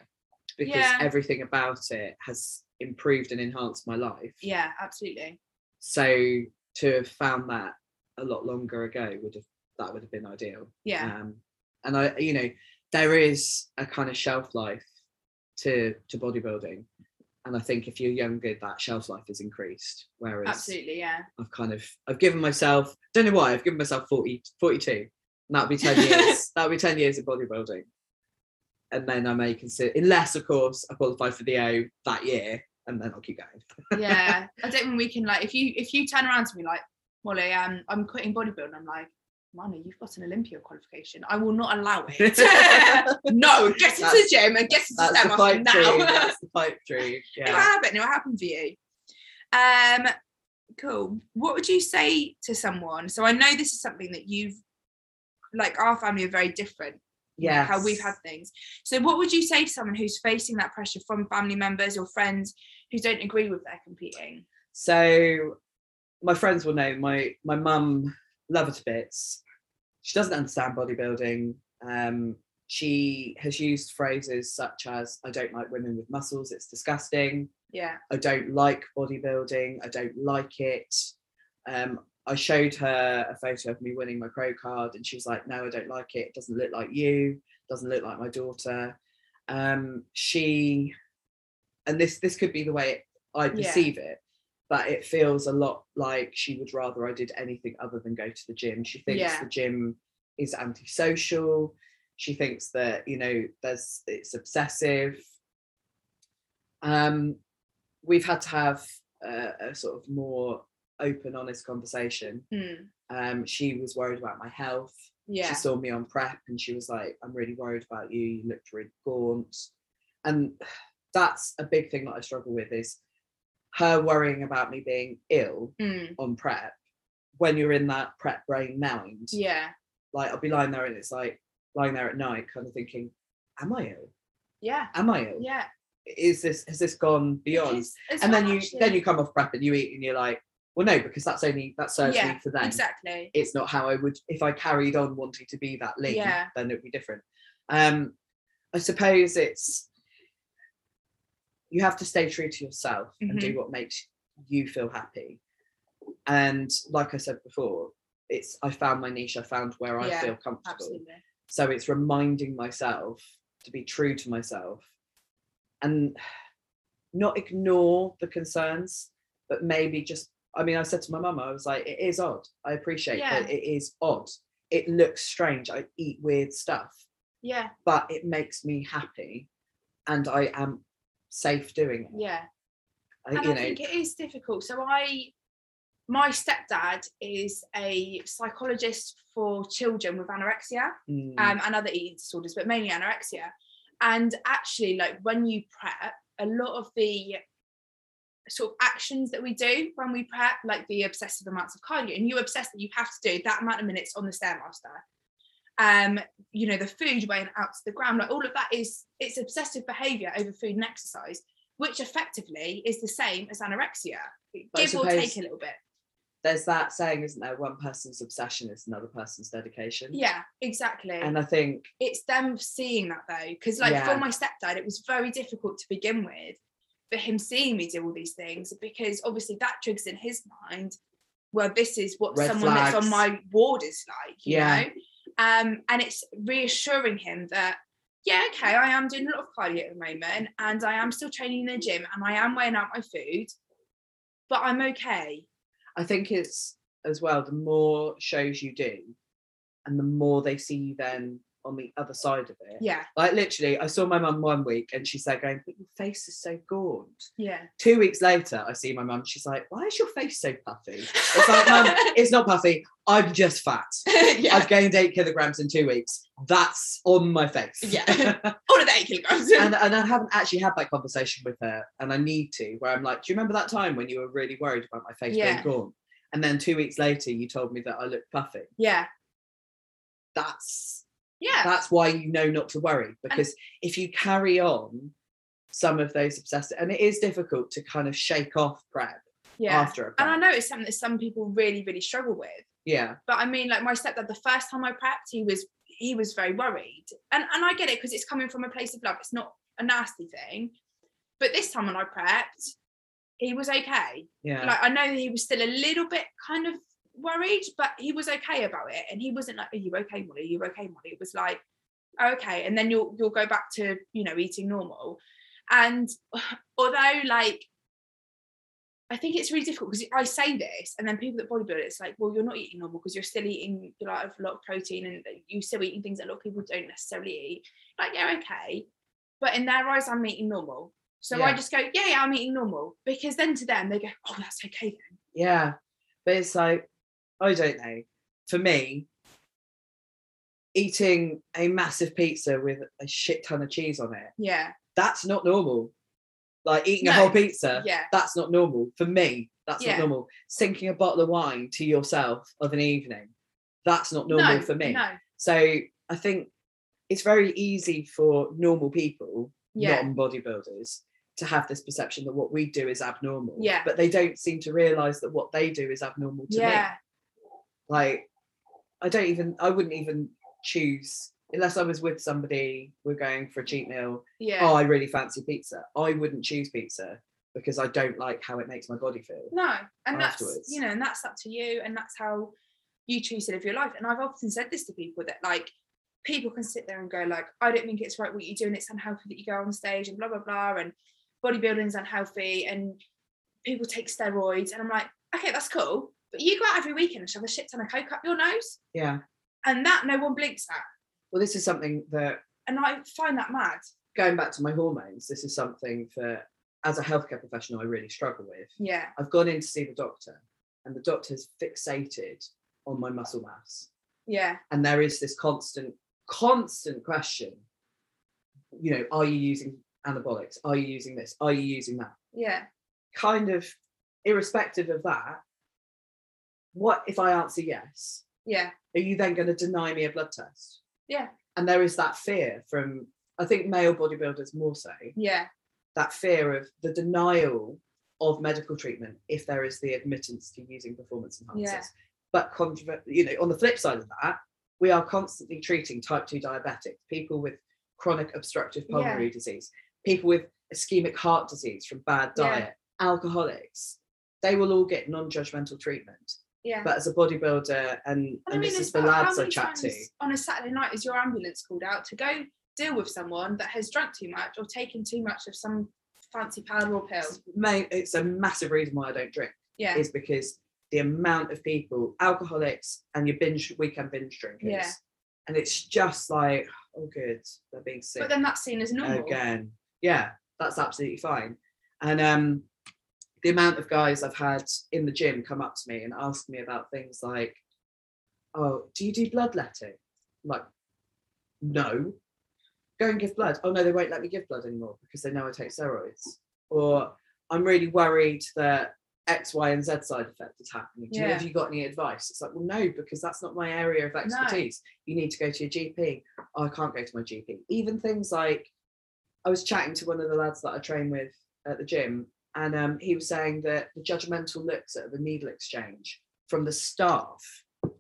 Speaker 2: because
Speaker 1: Yeah.
Speaker 2: everything about it has improved and enhanced my life
Speaker 1: Yeah, absolutely.
Speaker 2: so to have found that a lot longer ago would have that would have been ideal
Speaker 1: Yeah.
Speaker 2: um, and i you know there is a kind of shelf life to to bodybuilding and i think if you're younger that shelf life is increased whereas
Speaker 1: Absolutely. Yeah.
Speaker 2: I've kind of I've given myself don't know why I've given myself 40 42 and that'll be 10 years that'll be 10 years of bodybuilding and then I may consider unless of course I qualify for the O that year and then I'll keep going
Speaker 1: yeah i don't think we can like if you if you turn around to me like molly um i'm quitting bodybuilding i'm like Mana, you've got an Olympia qualification. I will not allow it. no, get into the
Speaker 2: That's-
Speaker 1: gym and get into the
Speaker 2: that's the
Speaker 1: STEM after
Speaker 2: pipe
Speaker 1: now.
Speaker 2: dream that's the pipe dream
Speaker 1: It will
Speaker 2: yeah
Speaker 1: happen. It will happen for you. Um, cool. What would you say to someone? So I know this is something that you've, like, our family are very different you know,
Speaker 2: yeah
Speaker 1: how we've had things. So, what would you say to someone who's facing that pressure from family members or friends who don't agree with their competing?
Speaker 2: so my friends will know my my mum love her to bits she doesn't understand bodybuilding um she has used phrases such as i don't like women with muscles it's disgusting
Speaker 1: Yeah,
Speaker 2: I don't like bodybuilding. I don't like it. Um, I showed her a photo of me winning my pro card, and she was like, "No, I don't like it. It doesn't look like you. Doesn't look like my daughter." Um, she, and this this could be the way I perceive it, but it feels a lot like she would rather I did anything other than go to the gym. She thinks
Speaker 1: Yeah.
Speaker 2: the gym is antisocial. She thinks that you know there's it's obsessive. Um, we've had to have a, a sort of more open, honest conversation.
Speaker 1: Mm,
Speaker 2: Um, she was worried about my health.
Speaker 1: yeah.
Speaker 2: She saw me on prep and she was like, I'm really worried about you. You looked really gaunt. And that's a big thing that I struggle with is her worrying about me being ill
Speaker 1: Mm,
Speaker 2: on prep when you're in that prep brain mind.
Speaker 1: yeah.
Speaker 2: Like I'll be lying there and it's like lying there at night, kind of thinking, Am I ill?
Speaker 1: Yeah.
Speaker 2: Am I ill?
Speaker 1: Yeah.
Speaker 2: Is this has this gone beyond?
Speaker 1: It's- it's
Speaker 2: and
Speaker 1: not
Speaker 2: then you
Speaker 1: actually-
Speaker 2: then you come off prep and you eat and you're like well no because that's only that serves
Speaker 1: Yeah,
Speaker 2: me for them
Speaker 1: exactly.
Speaker 2: it's not how i would if i carried on wanting to be that lean
Speaker 1: Yeah.
Speaker 2: then it would be different um i suppose it's you have to stay true to yourself and
Speaker 1: Mm-hmm.
Speaker 2: do what makes you feel happy and like i said before it's i found my niche i found where i
Speaker 1: Yeah,
Speaker 2: feel comfortable
Speaker 1: Absolutely.
Speaker 2: so it's reminding myself to be true to myself and not ignore the concerns, but maybe just, I mean, I said to my mum, I was like, it is odd. I appreciate that it is odd. It looks strange. I eat weird stuff,
Speaker 1: Yeah.
Speaker 2: but it makes me happy and I am safe doing it.
Speaker 1: Yeah.
Speaker 2: I-
Speaker 1: And
Speaker 2: you
Speaker 1: I
Speaker 2: know,
Speaker 1: think it is difficult. So I, my stepdad is a psychologist for children with anorexia
Speaker 2: mm,
Speaker 1: um, and other eating disorders, but mainly anorexia. And actually, like when you prep, a lot of the sort of actions that we do when we prep, like the obsessive amounts of cardio, and you obsess that you have to do that amount of minutes on the stairmaster. Um, you know, the food weighing out to the ground, like all of that is it's obsessive behavior over food and exercise, which effectively is the same as anorexia,
Speaker 2: But I
Speaker 1: give or take
Speaker 2: suppose-
Speaker 1: a little bit.
Speaker 2: there's that saying, isn't there? One person's obsession is another person's dedication.
Speaker 1: Yeah, exactly.
Speaker 2: And I think,
Speaker 1: it's them seeing that though because like
Speaker 2: Yeah.
Speaker 1: for my stepdad it was very difficult to begin with for him seeing me do all these things because obviously that triggers in his mind well this is what
Speaker 2: Red
Speaker 1: someone that's on
Speaker 2: flags.
Speaker 1: my ward is like you
Speaker 2: Yeah.
Speaker 1: know um and it's reassuring him that yeah okay i am doing a lot of cardio at the moment and i am still training in the gym and i am weighing out my food but i'm okay
Speaker 2: I think it's as well, the more shows you do and the more they see you then on the other side of it.
Speaker 1: Yeah.
Speaker 2: Like literally, I saw my mum one week and she said, going, but your face is so gaunt.
Speaker 1: Yeah.
Speaker 2: Two weeks later, I see my mum. She's like, why is your face so puffy? It's like, mum, it's not puffy. I'm just fat.
Speaker 1: yeah.
Speaker 2: I've gained eight kilograms in two weeks. That's on my face.
Speaker 1: Yeah. All of the eight kilograms.
Speaker 2: and, and I haven't actually had that conversation with her, and I need to, where I'm like, Do you remember that time when you were really worried about my face
Speaker 1: Yeah.
Speaker 2: being gaunt? And then two weeks later, you told me that I looked puffy.
Speaker 1: yeah.
Speaker 2: That's
Speaker 1: Yeah.
Speaker 2: that's why you know not to worry because if you carry on some of those obsessive, and it is difficult to kind of shake off prep
Speaker 1: Yeah.
Speaker 2: after a prep.
Speaker 1: And I know it's something that some people really, really struggle with.
Speaker 2: yeah,
Speaker 1: But I mean, like my stepdad, the first time I prepped, he was he was very worried, and and I get it because it's coming from a place of love. It's not a nasty thing. But this time when I prepped, he was okay.
Speaker 2: yeah,
Speaker 1: Like I know that he was still a little bit kind of worried, but he was okay about it, and he wasn't like, "Are you okay, Molly? Are you okay, Molly?" It was like, "Oh, "Okay," and then you'll you'll go back to you know eating normal. And although like I think it's really difficult because I say this, and then people that bodybuild, it's like, well, you're not eating normal because you're still eating a lot of, lot of protein and you're still eating things that a lot of people don't necessarily eat. Like, yeah, okay. But in their eyes, I'm eating normal. So I
Speaker 2: Yeah.
Speaker 1: just go, yeah, yeah, I'm eating normal. Because then to them, they go, oh, that's okay then.
Speaker 2: yeah. But it's like I don't know. For me, eating a massive pizza with a shit ton of cheese on it
Speaker 1: Yeah.
Speaker 2: that's not normal. Like eating a
Speaker 1: No.
Speaker 2: whole pizza,
Speaker 1: Yeah.
Speaker 2: that's not normal. For me, that's
Speaker 1: Yeah.
Speaker 2: not normal. Sinking a bottle of wine to yourself of an evening, that's not normal
Speaker 1: no,
Speaker 2: for me.
Speaker 1: No.
Speaker 2: So I think it's very easy for normal people,
Speaker 1: Yeah.
Speaker 2: non bodybuilders, to have this perception that what we do is abnormal.
Speaker 1: Yeah.
Speaker 2: But they don't seem to realise that what they do is abnormal to me
Speaker 1: Yeah.
Speaker 2: like I don't even I wouldn't even choose unless I was with somebody we're going for a cheat meal
Speaker 1: Yeah.
Speaker 2: oh I really fancy pizza I wouldn't choose pizza because I don't like how it makes my body feel
Speaker 1: No, and that's
Speaker 2: afterwards.
Speaker 1: you know, and that's up to you, and that's how you choose to live your life. And I've often said this to people that like people can sit there and go like, I don't think it's right what you do, and it's unhealthy that you go on stage and blah blah blah, and bodybuilding's unhealthy, and people take steroids, and I'm like, okay, that's cool, but you go out every weekend and shove a shit ton of coke up your nose,
Speaker 2: yeah
Speaker 1: and that no one blinks at,
Speaker 2: well this is something that
Speaker 1: and I find that mad.
Speaker 2: going back to my hormones this is something that as a healthcare professional I really struggle with
Speaker 1: Yeah,
Speaker 2: I've gone in to see the doctor and the doctor's fixated on my muscle mass
Speaker 1: yeah,
Speaker 2: and there is this constant constant question you know are you using anabolics are you using this are you using that
Speaker 1: yeah,
Speaker 2: kind of irrespective of that what if i answer yes
Speaker 1: yeah,
Speaker 2: are you then going to deny me a blood test
Speaker 1: Yeah.
Speaker 2: and there is that fear from i think male bodybuilders more so
Speaker 1: yeah,
Speaker 2: that fear of the denial of medical treatment if there is the admittance to using performance enhancers.
Speaker 1: Yeah.
Speaker 2: But controver- you know, on the flip side of that, we are constantly treating type 2 diabetics, people with chronic obstructive
Speaker 1: Yeah.
Speaker 2: pulmonary disease, people with ischemic heart disease from bad
Speaker 1: Yeah.
Speaker 2: diet, alcoholics. They will all get non-judgmental treatment.
Speaker 1: yeah.
Speaker 2: But as a bodybuilder, and,
Speaker 1: And I
Speaker 2: and
Speaker 1: mean,
Speaker 2: this
Speaker 1: as
Speaker 2: is the
Speaker 1: well, how
Speaker 2: lads I
Speaker 1: many
Speaker 2: chat to,
Speaker 1: times On a Saturday night, is your ambulance called out to go deal with someone that has drunk too much or taken too much of some fancy powder or pill?
Speaker 2: it's ma- it's a massive reason why I don't drink.
Speaker 1: Yeah,
Speaker 2: is because the amount of people, alcoholics, and your binge weekend binge drinkers.
Speaker 1: Yeah.
Speaker 2: And it's just like, oh, good, they're being sick
Speaker 1: but then that's seen as normal.
Speaker 2: again. Yeah, that's absolutely fine. And um, the amount of guys I've had in the gym come up to me and ask me about things like, oh, do you do bloodletting? I'm like, no. Go and give blood. Oh no, they won't let me give blood anymore because they know I take steroids. Or I'm really worried that X, Y, and Z side effect is happening. Do you,
Speaker 1: Yeah.
Speaker 2: have you got any advice? It's like, well, no, because that's not my area of expertise. You need to go to your GP. Oh, I can't go to my GP. Even things like I was chatting to one of the lads that I train with at the gym, and um, he was saying that the judgmental looks at the needle exchange from the staff,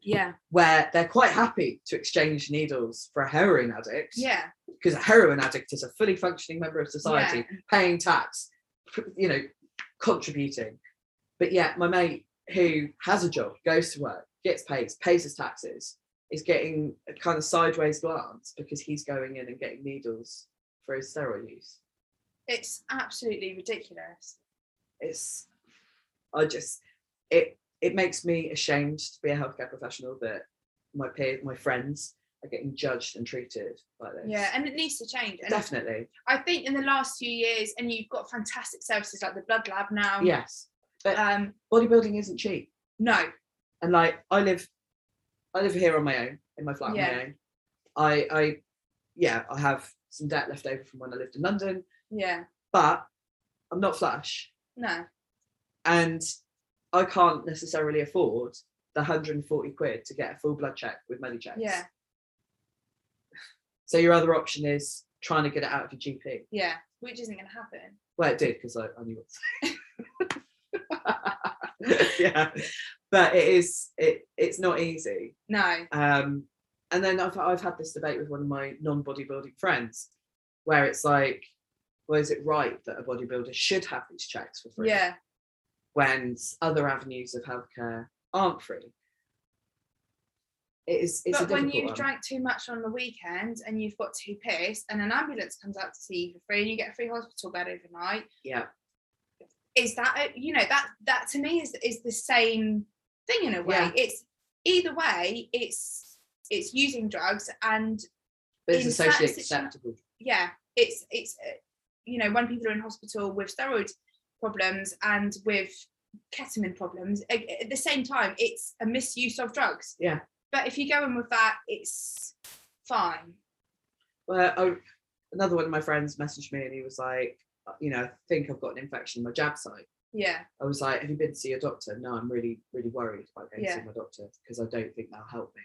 Speaker 1: Yeah,
Speaker 2: where they're quite happy to exchange needles for a heroin addict,
Speaker 1: yeah,
Speaker 2: because a heroin addict is a fully functioning member of society, paying tax, you know, contributing. But yet, my mate who has a job, goes to work, gets paid, pays his taxes, is getting a kind of sideways glance because he's going in and getting needles for his steroid use.
Speaker 1: it's absolutely ridiculous.
Speaker 2: it's I just it it makes me ashamed to be a healthcare professional that my peers, my friends are getting judged and treated like this.
Speaker 1: Yeah, and it needs to change. And
Speaker 2: definitely.
Speaker 1: I think in the last few years, and you've got fantastic services like the Blood Lab now.
Speaker 2: yes,
Speaker 1: Um,
Speaker 2: bodybuilding isn't cheap,
Speaker 1: no,
Speaker 2: and like I live, I live here on my own in my flat on
Speaker 1: Yeah.
Speaker 2: my own. I, I, yeah, I have some debt left over from when I lived in London,
Speaker 1: yeah,
Speaker 2: but I'm not flush,
Speaker 1: no,
Speaker 2: and I can't necessarily afford the 140 quid to get a full blood check with money checks.
Speaker 1: yeah,
Speaker 2: So your other option is trying to get it out of your GP.
Speaker 1: yeah, which isn't going to happen.
Speaker 2: Well, it did because I, I knew what to say. yeah, but it is it it's not easy.
Speaker 1: No,
Speaker 2: Um, and then I've I've had this debate with one of my non-bodybuilding friends, where it's like, well, is it right that a bodybuilder should have these checks for free
Speaker 1: yeah,
Speaker 2: when s- other avenues of healthcare aren't free? It is. It's a
Speaker 1: but when
Speaker 2: difficult
Speaker 1: you've
Speaker 2: one.
Speaker 1: drank too much on the weekend and you've got too pissed, and an ambulance comes out to see you for free, and you get a free hospital bed overnight,
Speaker 2: yeah,
Speaker 1: is that you know that that to me is is the same thing in a way.
Speaker 2: Yeah.
Speaker 1: It's either way, it's it's using drugs and
Speaker 2: but it's a
Speaker 1: in
Speaker 2: socially
Speaker 1: certain situ-
Speaker 2: acceptable.
Speaker 1: yeah, it's it's uh, you know when people are in hospital with steroid problems and with ketamine problems a- at the same time, it's a misuse of drugs.
Speaker 2: Yeah.
Speaker 1: But if you go in with that, it's fine.
Speaker 2: Well, I, another one of my friends messaged me and he was like, "Uh, you know, I think I've got an infection in my jab site.
Speaker 1: Yeah,
Speaker 2: I was like, have you been to see your doctor? No, I'm really, really worried about going to
Speaker 1: Yeah.
Speaker 2: see my doctor because I don't think that'll help me.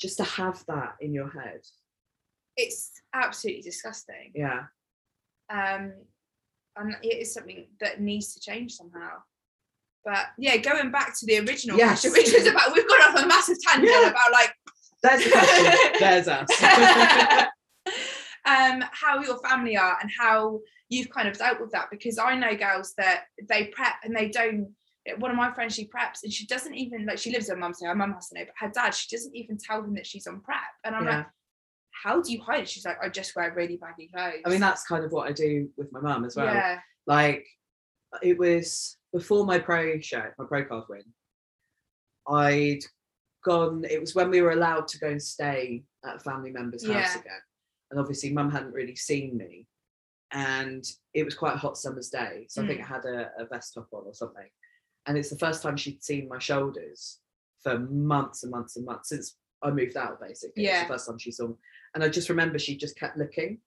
Speaker 2: Just to have that in your head.
Speaker 1: it's absolutely disgusting.
Speaker 2: Yeah.
Speaker 1: Um, and it is something that needs to change somehow. But yeah, going back to the original
Speaker 2: Yes.
Speaker 1: question, which was about we've gone off a massive tangent
Speaker 2: Yeah.
Speaker 1: about like
Speaker 2: There's the question. There's us.
Speaker 1: um, how your family are and how you've kind of dealt with that because I know girls that they prep and they don't. One of my friends, she preps and she doesn't even like she lives with her mum, so her mum has to know, but her dad, she doesn't even tell him that she's on prep. And I'm
Speaker 2: yeah.
Speaker 1: like, how do you hide? it?" She's like, I just wear really baggy clothes.
Speaker 2: I mean, that's kind of what I do with my mum as well.
Speaker 1: yeah,
Speaker 2: Like, it was before my pro show, my pro card win. I'd gone, it was when we were allowed to go and stay at a family member's house
Speaker 1: Yeah.
Speaker 2: again. And obviously, mum hadn't really seen me. And it was quite a hot summer's day. So I
Speaker 1: Mm.
Speaker 2: think I had a, a vest top on or something. And it's the first time she'd seen my shoulders for months and months and months since I moved out, basically. It's
Speaker 1: Yeah.
Speaker 2: the first time she saw me. And I just remember she just kept looking.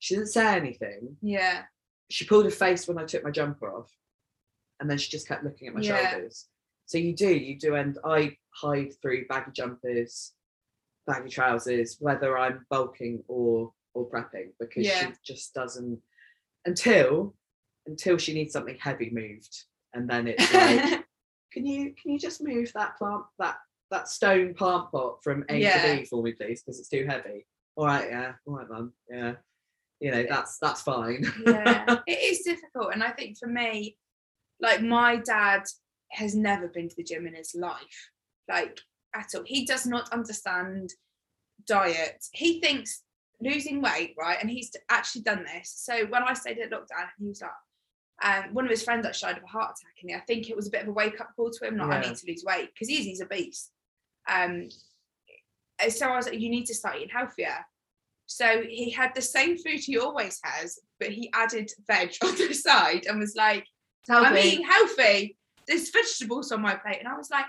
Speaker 2: She didn't say anything,
Speaker 1: yeah,
Speaker 2: she pulled her face when I took my jumper off, and then she just kept looking at my
Speaker 1: Yeah.
Speaker 2: shoulders. So you do, you do, and I hide through baggy jumpers, baggy trousers, whether I'm bulking or or prepping, because
Speaker 1: Yeah.
Speaker 2: she just doesn't until until she needs something heavy moved, and then it's like, can you can you just move that plant that that stone plant pot from A
Speaker 1: Yeah.
Speaker 2: to B for me, please, because it's too heavy. All right, yeah, all right, mum, yeah, you know that's that's fine.
Speaker 1: yeah. It is difficult, and I think for me, like my dad has never been to the gym in his life, like at all. He does not understand diet. He thinks losing weight, right? And he's actually done this. So when I stayed at lockdown, he was like, um, one of his friends actually died of a heart attack, and I think it was a bit of a wake up call to him. Like,
Speaker 2: Yeah.
Speaker 1: I need to lose weight because he is he's obese. Um, and so I was like, you need to start eating healthier. So he had the same food he always has, but he added veg on the side and was like,
Speaker 2: Tell
Speaker 1: I'm
Speaker 2: me.
Speaker 1: eating healthy. There's vegetables on my plate. And I was like,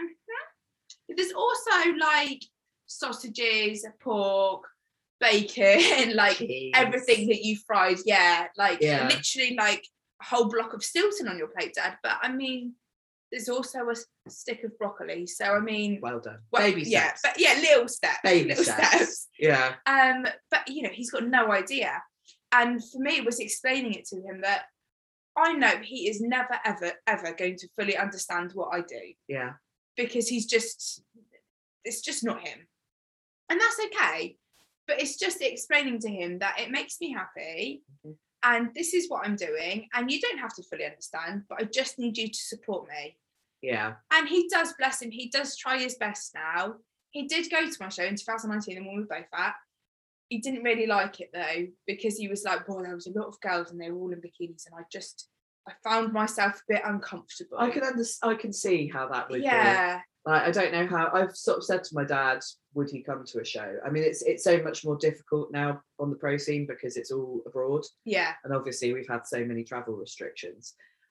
Speaker 1: "Mhm." But there's also like sausages, pork, bacon, like everything that you fried. Yeah. Like
Speaker 2: Yeah.
Speaker 1: literally like a whole block of Stilton on your plate, Dad. But I mean, there's also a s- stick of broccoli. So I mean,
Speaker 2: Well done.
Speaker 1: well,
Speaker 2: Baby
Speaker 1: yeah,
Speaker 2: steps.
Speaker 1: but yeah, little steps.
Speaker 2: Baby
Speaker 1: little
Speaker 2: steps. yeah.
Speaker 1: um, but you know, he's got no idea. And for me, it was explaining it to him that I know he is never, ever, ever going to fully understand what I do
Speaker 2: Yeah.
Speaker 1: because he's just, it's just not him. And that's okay. But it's just explaining to him that it makes me happy
Speaker 2: Mhm.
Speaker 1: and this is what I'm doing. And you don't have to fully understand, but I just need you to support me
Speaker 2: Yeah.
Speaker 1: and he does bless him he does try his best now he did go to my show in 2019 and when we were both at he didn't really like it though because he was like boy there was a lot of girls and they were all in bikinis and i just i found myself a bit uncomfortable
Speaker 2: I can under- I can see how that would be.
Speaker 1: yeah
Speaker 2: Like I don't know how I've sort of said to my dad, would he come to a show? I mean, it's it's so much more difficult now on the pro scene because it's all abroad,
Speaker 1: Yeah.
Speaker 2: and obviously we've had so many travel restrictions.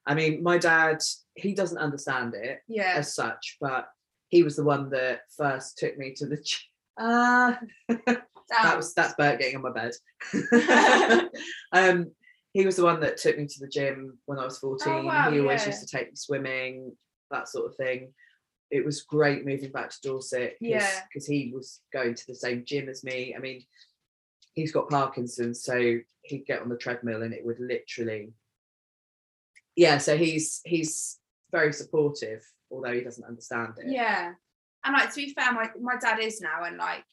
Speaker 2: I mean, my dad, he doesn't understand it
Speaker 1: Yeah.
Speaker 2: as such, but he was the one that first took me to the. Ch- Ah,
Speaker 1: Um,
Speaker 2: that was that's Bert getting on my bed. um, he was the one that took me to the gym when I was fourteen.
Speaker 1: Oh, wow,
Speaker 2: he always
Speaker 1: yeah.
Speaker 2: used to take me swimming, that sort of thing. It was great moving back to Dorset
Speaker 1: Yeah.
Speaker 2: because he was going to the same gym as me. I mean, he's got Parkinson's, so he'd get on the treadmill and it would literally. Yeah, so he's he's very supportive, although he doesn't understand it.
Speaker 1: Yeah. And like to be fair, my, my dad is now and like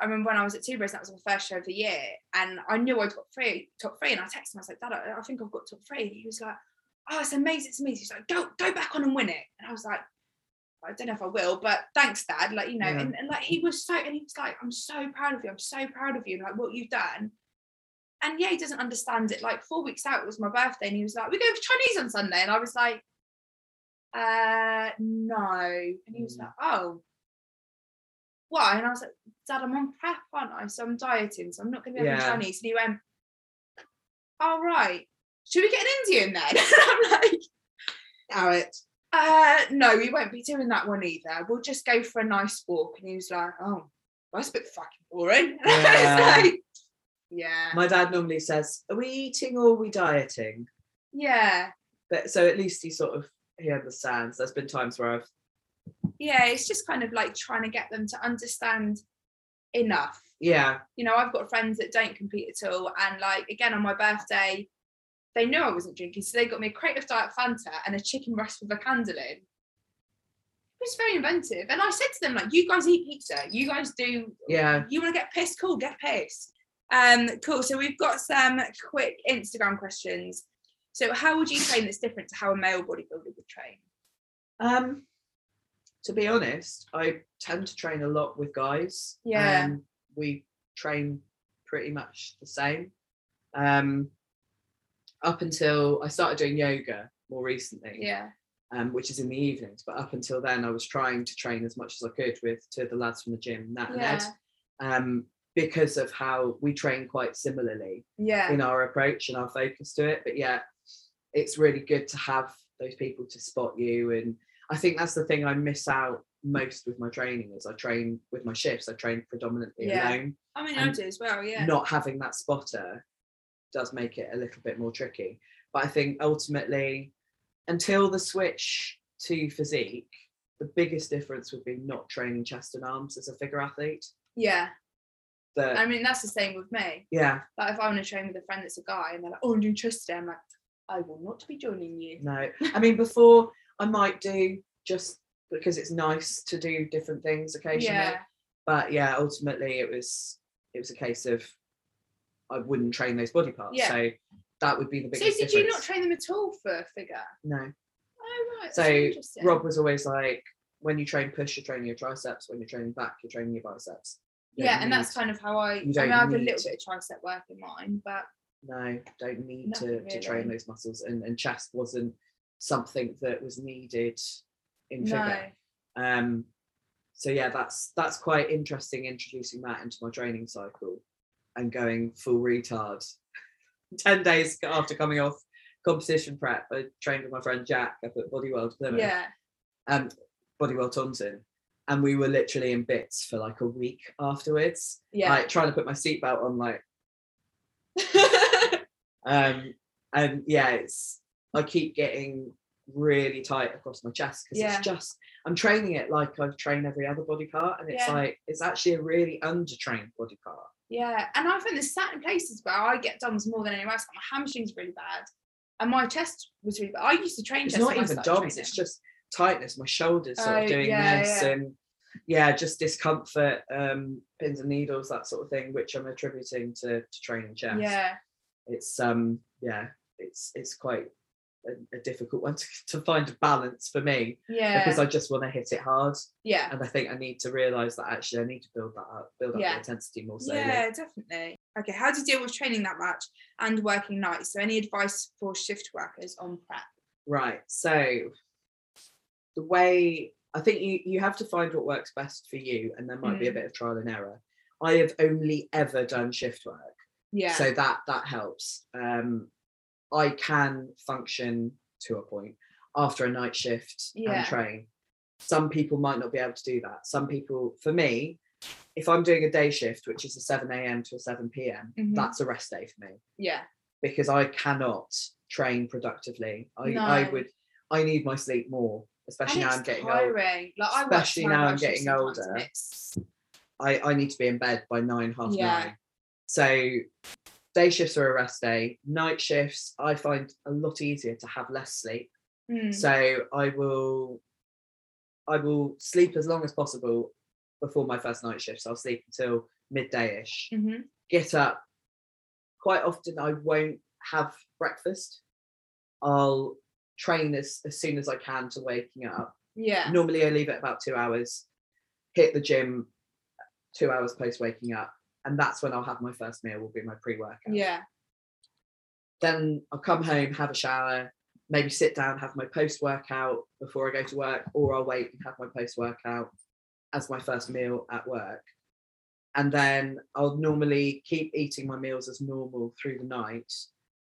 Speaker 1: I remember when I was at Two Bros, that was my first show of the year, and I knew I'd got three top three, and I texted him, I was like, Dad, I, I think I've got top three. And he was like, Oh, it's amazing to me. He's like, Go, go back on and win it. And I was like, I don't know if I will, but thanks, Dad. Like, you know,
Speaker 2: Yeah.
Speaker 1: and, and like he was so and he was like, I'm so proud of you, I'm so proud of you, like what you've done. And yeah, he doesn't understand it. Like four weeks out was my birthday, and he was like, We're going for Chinese on Sunday. And I was like, uh no and he was
Speaker 2: Mm.
Speaker 1: like oh why and i was like dad i'm on prep aren't i so i'm dieting so i'm not gonna be having
Speaker 2: Yeah.
Speaker 1: chinese and he went all right should we get an indian then i'm like
Speaker 2: Alright.
Speaker 1: uh no we won't be doing that one either we'll just go for a nice walk and he was like oh that's a bit fucking boring And I
Speaker 2: Yeah.
Speaker 1: was like, yeah
Speaker 2: My dad normally says, Are we eating or are we dieting?
Speaker 1: yeah
Speaker 2: but so at least he sort of he understands. There's been times where I've
Speaker 1: yeah it's just kind of like trying to get them to understand enough
Speaker 2: yeah
Speaker 1: you know, I've got friends that don't compete at all. And like again on my birthday, they knew I wasn't drinking, so they got me a crate of Diet Fanta and a chicken breast with a candle in. It was very inventive. And I said to them, like, you guys eat pizza, you guys do
Speaker 2: yeah
Speaker 1: you want to get pissed? Cool, get pissed. Um, cool. So we've got some quick Instagram questions. So how would you train that's different to how a male bodybuilder would train?
Speaker 2: um to be honest I tend to train a lot with guys
Speaker 1: Yeah.
Speaker 2: um, we train pretty much the same um up until I started doing yoga more recently
Speaker 1: Yeah.
Speaker 2: um, which is in the evenings but up until then I was trying to train as much as I could with two of the lads from the gym Nat and
Speaker 1: Yeah.
Speaker 2: Ed um because of how we train quite similarly
Speaker 1: Yeah.
Speaker 2: in our approach and our focus to it. But yeah, it's really good to have those people to spot you. And I think that's the thing I miss out most with my training is I train with my shifts, I train predominantly
Speaker 1: Yeah.
Speaker 2: alone.
Speaker 1: I mean I
Speaker 2: and
Speaker 1: do as well, yeah.
Speaker 2: Not having that spotter does make it a little bit more tricky. But I think ultimately, until the switch to physique, the biggest difference would be not training chest and arms as a figure athlete.
Speaker 1: Yeah.
Speaker 2: That
Speaker 1: I mean that's the same with me.
Speaker 2: yeah,
Speaker 1: Like if I want to train with a friend that's a guy and they're like, oh, I'm doing chest today, I'm like, I will not be joining you.
Speaker 2: No, I mean, before I might do just because it's nice to do different things occasionally.
Speaker 1: Yeah,
Speaker 2: But yeah, ultimately it was it was a case of I wouldn't train those body parts.
Speaker 1: Yeah.
Speaker 2: So that would be the
Speaker 1: So
Speaker 2: biggest
Speaker 1: did you not
Speaker 2: difference.
Speaker 1: train them at all for figure?
Speaker 2: no.
Speaker 1: Oh right. that's
Speaker 2: So,
Speaker 1: interesting.
Speaker 2: Rob was always like, when you train push, you're training your triceps. When you're training back, you're training your biceps. You
Speaker 1: Yeah,
Speaker 2: don't
Speaker 1: and that's
Speaker 2: need-
Speaker 1: kind of how I. I
Speaker 2: you
Speaker 1: mean,
Speaker 2: don't
Speaker 1: I have a
Speaker 2: need
Speaker 1: little
Speaker 2: to.
Speaker 1: bit of tricep work in mine, but
Speaker 2: no, don't need to,
Speaker 1: Nothing
Speaker 2: to
Speaker 1: really.
Speaker 2: train those muscles. And, and chest wasn't something that was needed in
Speaker 1: no.
Speaker 2: figure. um so yeah that's that's quite interesting introducing that into my training cycle and going full retard 10 days after coming off competition prep i trained with my friend jack up at bodyworld Plymouth,
Speaker 1: Yeah.
Speaker 2: um bodyworld taunton and we were literally in bits for like a week afterwards
Speaker 1: Yeah.
Speaker 2: like trying to put my seatbelt on like um and yeah it's i keep getting really tight across my chest because
Speaker 1: Yeah.
Speaker 2: it's just i'm training it like i've trained every other body part and it's
Speaker 1: Yeah.
Speaker 2: like it's actually a really undertrained body part
Speaker 1: yeah. And I think there's certain places where I get DOMS more than anywhere else. Like my hamstring's really bad, and my chest was really bad. I used to train
Speaker 2: it's
Speaker 1: chest.
Speaker 2: not
Speaker 1: when I
Speaker 2: even
Speaker 1: started
Speaker 2: DOMS
Speaker 1: training.
Speaker 2: it's just tightness my shoulders sort
Speaker 1: Oh,
Speaker 2: of doing
Speaker 1: yeah,
Speaker 2: this
Speaker 1: yeah.
Speaker 2: and yeah just discomfort um pins and needles that sort of thing which i'm attributing to, to training chest
Speaker 1: Yeah.
Speaker 2: it's um yeah it's it's quite a, a difficult one to, to find a balance for me
Speaker 1: Yeah.
Speaker 2: because i just want to hit it hard
Speaker 1: yeah.
Speaker 2: and I think I need to realise that actually I need to build that up, build up
Speaker 1: Yeah.
Speaker 2: the intensity more slowly.
Speaker 1: Yeah, definitely. Okay, how do you deal with training that much and working nights? So, any advice for shift workers on prep?
Speaker 2: Right. So the way I think you you have to find what works best for you, and there might be a
Speaker 1: Mm.
Speaker 2: bit of trial and error. I have only ever done shift work,
Speaker 1: Yeah.
Speaker 2: so that that helps. Um, I can function to a point after a night shift
Speaker 1: Yeah.
Speaker 2: and train. Some people might not be able to do that. Some people, for me, if I'm doing a day shift, which is a 7 a.m. to a 7 p.m.,
Speaker 1: Mhm.
Speaker 2: that's a rest day for me
Speaker 1: yeah.
Speaker 2: because I cannot train productively. I, I
Speaker 1: No.
Speaker 2: would, I need my sleep more, especially
Speaker 1: And
Speaker 2: now I'm
Speaker 1: it's
Speaker 2: getting old.
Speaker 1: tiring. Like, I work
Speaker 2: Especially
Speaker 1: nine
Speaker 2: now
Speaker 1: hour
Speaker 2: I'm
Speaker 1: shifts
Speaker 2: getting
Speaker 1: sometimes
Speaker 2: older.
Speaker 1: and it's-
Speaker 2: I, I need to be in bed by nine, half
Speaker 1: Yeah.
Speaker 2: nine. So day shifts are a rest day. Night shifts, I find a lot easier to have less sleep.
Speaker 1: Mm.
Speaker 2: So I will, I will sleep as long as possible before my first night shift. So I'll sleep until midday ish.
Speaker 1: Mhm.
Speaker 2: get up quite often i won't have breakfast i'll train as, as soon as i can to waking up
Speaker 1: Yeah.
Speaker 2: normally i leave it about two hours hit the gym two hours post waking up and that's when i'll have my first meal will be my pre-workout
Speaker 1: Yeah.
Speaker 2: then i'll come home have a shower maybe sit down have my post workout before i go to work or i'll wait and have my post workout as my first meal at work and then i'll normally keep eating my meals as normal through the night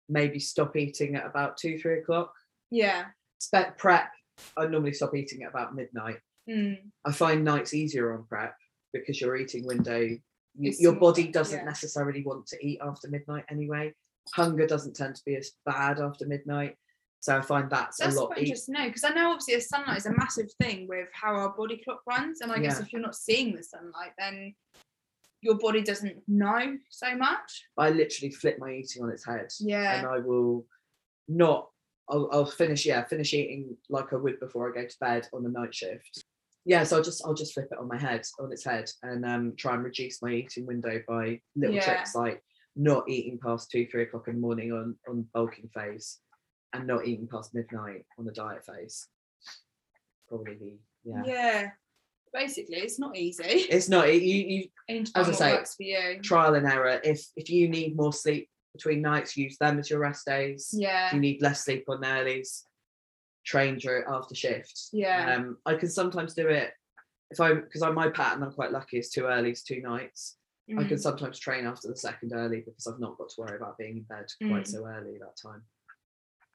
Speaker 2: maybe stop eating at about two three o'clock
Speaker 1: Yeah.
Speaker 2: Spe- prep i normally stop eating at about midnight
Speaker 1: Mm.
Speaker 2: i find nights easier on prep because your eating window you,
Speaker 1: It's
Speaker 2: your
Speaker 1: smaller,
Speaker 2: body doesn't
Speaker 1: yeah.
Speaker 2: necessarily want to eat after midnight anyway hunger doesn't tend to be as bad after midnight so i find that's,
Speaker 1: That's
Speaker 2: a lot e,
Speaker 1: quite
Speaker 2: easier
Speaker 1: interesting to know because I know obviously the sunlight is a massive thing with how our body clock runs, and I guess
Speaker 2: Yeah.
Speaker 1: if you're not seeing the sunlight, then your body doesn't know so much.
Speaker 2: i literally flip my eating on its head
Speaker 1: Yeah.
Speaker 2: and i will not I'll, I'll finish yeah finish eating like i would before i go to bed on the night shift yeah so i'll just i'll just flip it on my head on its head and um try and reduce my eating window by little
Speaker 1: Yeah.
Speaker 2: tricks like not eating past two three o'clock in the morning on on bulking phase and not eating past midnight on the diet phase probably the yeah,
Speaker 1: Yeah. Basically, it's not easy.
Speaker 2: it's not it- you you
Speaker 1: As
Speaker 2: I say,
Speaker 1: works for you.
Speaker 2: trial and error if if you need more sleep between nights use them as your rest days
Speaker 1: Yeah.
Speaker 2: you need less sleep on earlies, train during after shift.
Speaker 1: Yeah.
Speaker 2: Um, I can sometimes do it if I'm because I'm my pattern. I'm quite lucky. It's two earlies, two nights. I can
Speaker 1: Mm.
Speaker 2: sometimes train after the second early because I've not got to worry about being in bed quite
Speaker 1: Mm.
Speaker 2: so early that time.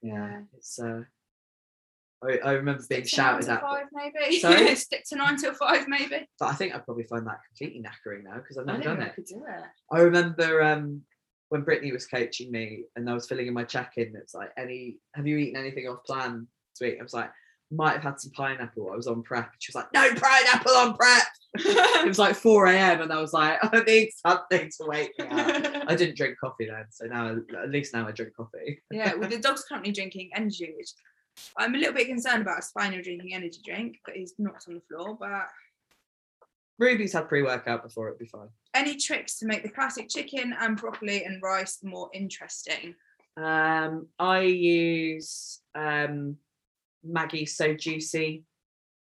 Speaker 1: Yeah.
Speaker 2: it's. uh I, I remember being
Speaker 1: Stick to nine
Speaker 2: shouted
Speaker 1: till
Speaker 2: at, but,
Speaker 1: Five maybe.
Speaker 2: Sorry?
Speaker 1: Stick to nine till five maybe.
Speaker 2: but I think I probably find that completely knackering now because I've
Speaker 1: I
Speaker 2: never
Speaker 1: don't
Speaker 2: done
Speaker 1: think
Speaker 2: it.
Speaker 1: I could do it.
Speaker 2: I remember um, when Brittany was coaching me and I was filling in my check-in. It was like, any have you eaten anything off plan this week? I was like, might have had some pineapple. I was on prep. She was like, no pineapple on prep. it was like 4 a.m. and I was like, I need something to wake me up. I didn't drink coffee then, so now at least now I drink coffee.
Speaker 1: yeah, well, the dog's currently drinking energy drink, which I'm a little bit concerned about. Us finally drinking energy drink, but he's knocked on the floor. But
Speaker 2: Ruby's had pre-workout before, it'd be fine.
Speaker 1: any tricks to make the classic chicken and broccoli and rice more interesting?
Speaker 2: Um, I use um Maggie So Juicy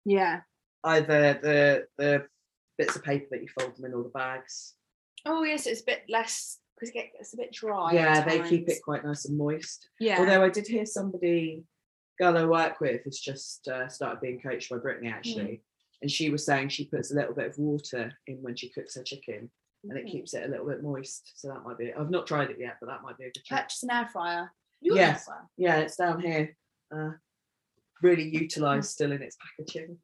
Speaker 1: Yeah.
Speaker 2: either the the bits of paper that you fold them in all the bags.
Speaker 1: Oh yes, it's a bit less because it gets a bit dry.
Speaker 2: yeah,
Speaker 1: at
Speaker 2: they keep
Speaker 1: times.
Speaker 2: it quite nice and moist.
Speaker 1: Yeah.
Speaker 2: Although I did hear somebody, girl I work with, has just uh, started being coached by Brittany
Speaker 1: Hmm.
Speaker 2: actually, and she was saying she puts a little bit of water in when she cooks her chicken, and it
Speaker 1: Mm.
Speaker 2: keeps it a little bit moist. So that might be. I've not tried it yet, but that might be a good trick.
Speaker 1: Purchase an air fryer.
Speaker 2: You've got an air Yes.
Speaker 1: fryer.
Speaker 2: Yeah, it's down here. Uh, really
Speaker 1: Hmm.
Speaker 2: utilised still in its packaging.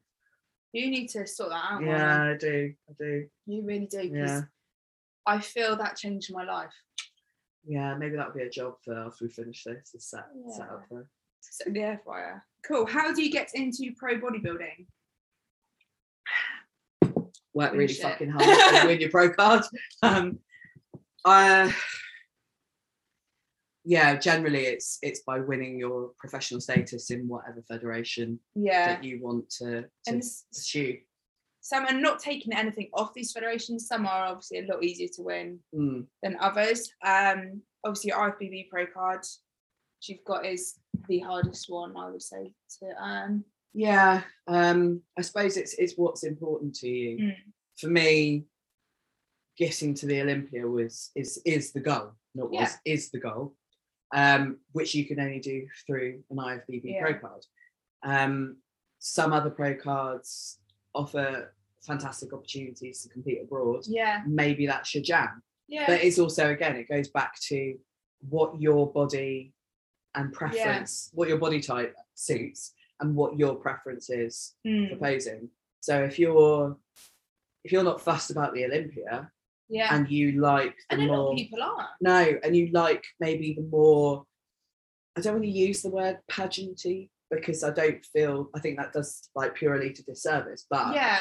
Speaker 1: You need to sort that out.
Speaker 2: Yeah,
Speaker 1: Yeah.
Speaker 2: I do. I do.
Speaker 1: You really do. 'cause
Speaker 2: Yeah.
Speaker 1: I feel that changed my life.
Speaker 2: Yeah, maybe that'll be a job for after we finish this. Is set, set
Speaker 1: Yeah.
Speaker 2: up for.
Speaker 1: So the air fryer. Cool. How do you get into pro bodybuilding?
Speaker 2: work
Speaker 1: Win
Speaker 2: really
Speaker 1: shit.
Speaker 2: fucking hard to win your pro card. Um, uh, yeah, generally it's it's by winning your professional status in whatever federation
Speaker 1: Yeah.
Speaker 2: that you want to, to
Speaker 1: And s-
Speaker 2: pursue.
Speaker 1: some are not taking anything off these federations. Some are obviously a lot easier to win
Speaker 2: Mm,
Speaker 1: than others. Um, obviously, your IFBB Pro card, which you've got, is the hardest one I would say to earn.
Speaker 2: Yeah, um, I suppose it's it's what's important to you.
Speaker 1: Mm.
Speaker 2: For me, getting to the Olympia was is is the goal, not
Speaker 1: Yeah.
Speaker 2: was is the goal, um, which you can only do through an IFBB
Speaker 1: Yeah.
Speaker 2: pro card. Um, some other pro cards offer fantastic opportunities to compete abroad.
Speaker 1: Yeah.
Speaker 2: Maybe that's your jam.
Speaker 1: Yeah.
Speaker 2: But it's also again, it goes back to what your body and preference, what your body type suits, and what your preference is
Speaker 1: Mm.
Speaker 2: for posing. So if you're if you're not fussed about the Olympia
Speaker 1: Yeah.
Speaker 2: and you like the
Speaker 1: And a lot
Speaker 2: more
Speaker 1: of people are.
Speaker 2: no, and you like maybe the more I don't want to use the word pageanty because I don't feel I think that does like purely to disservice, but
Speaker 1: yeah.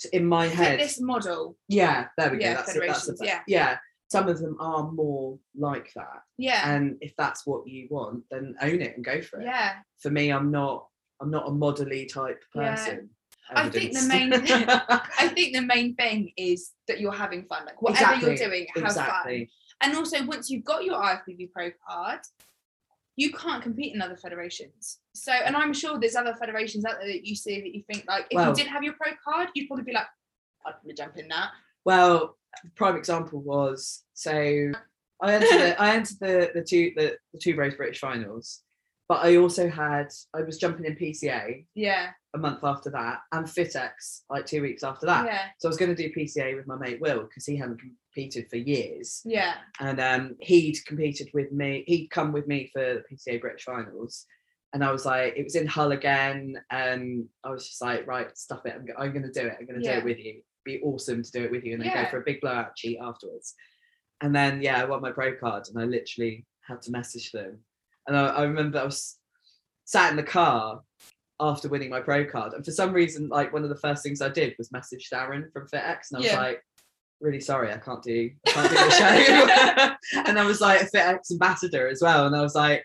Speaker 2: t- in my Uh, head,
Speaker 1: This model.
Speaker 2: yeah, there we go.
Speaker 1: Yeah,
Speaker 2: that's it, that's the
Speaker 1: federations,
Speaker 2: be-
Speaker 1: yeah.
Speaker 2: yeah. Some of them are more like that,
Speaker 1: Yeah.
Speaker 2: and if that's what you want, then own it and go for it.
Speaker 1: yeah.
Speaker 2: For me, I'm not I'm not a modelly type
Speaker 1: Yeah.
Speaker 2: person.
Speaker 1: I think the
Speaker 2: Evidence.
Speaker 1: main- I think the main thing is that you're having fun. Like whatever you're doing, have fun.
Speaker 2: exactly.
Speaker 1: And also, once you've got your IFBB Pro card, you can't compete in other federations. So, and I'm sure there's other federations out there that you see that you think like, if
Speaker 2: Well-
Speaker 1: you did have your pro card, you'd probably be like, I'd probably jump in that.
Speaker 2: Well, prime example was so I entered the, I entered the the two the, the two rows British finals, but I also had I was jumping in PCA
Speaker 1: Yeah,
Speaker 2: a month after that and FitX like two weeks after that.
Speaker 1: yeah,
Speaker 2: So I was going to do PCA with my mate Will because he hadn't competed for years,
Speaker 1: yeah,
Speaker 2: and um, he'd competed with me. He'd come with me for the PCA British finals. And I was like, it was in Hull again, and I was just like, right, stuff it. I'm, go- I'm going to do it. I'm going to do
Speaker 1: Yeah.
Speaker 2: it with you. Be awesome to do it with you, and then
Speaker 1: Yeah.
Speaker 2: go for a big blowout cheat afterwards. And then yeah, I won my pro card, and I literally had to message them. And I, I remember I was sat in the car after winning my pro card, and for some reason, like one of the first things I did was message Darren from FitX, and I was
Speaker 1: Yeah.
Speaker 2: like, really sorry, I can't do, I can't do the show. and I was like a FitX ambassador as well, and I was like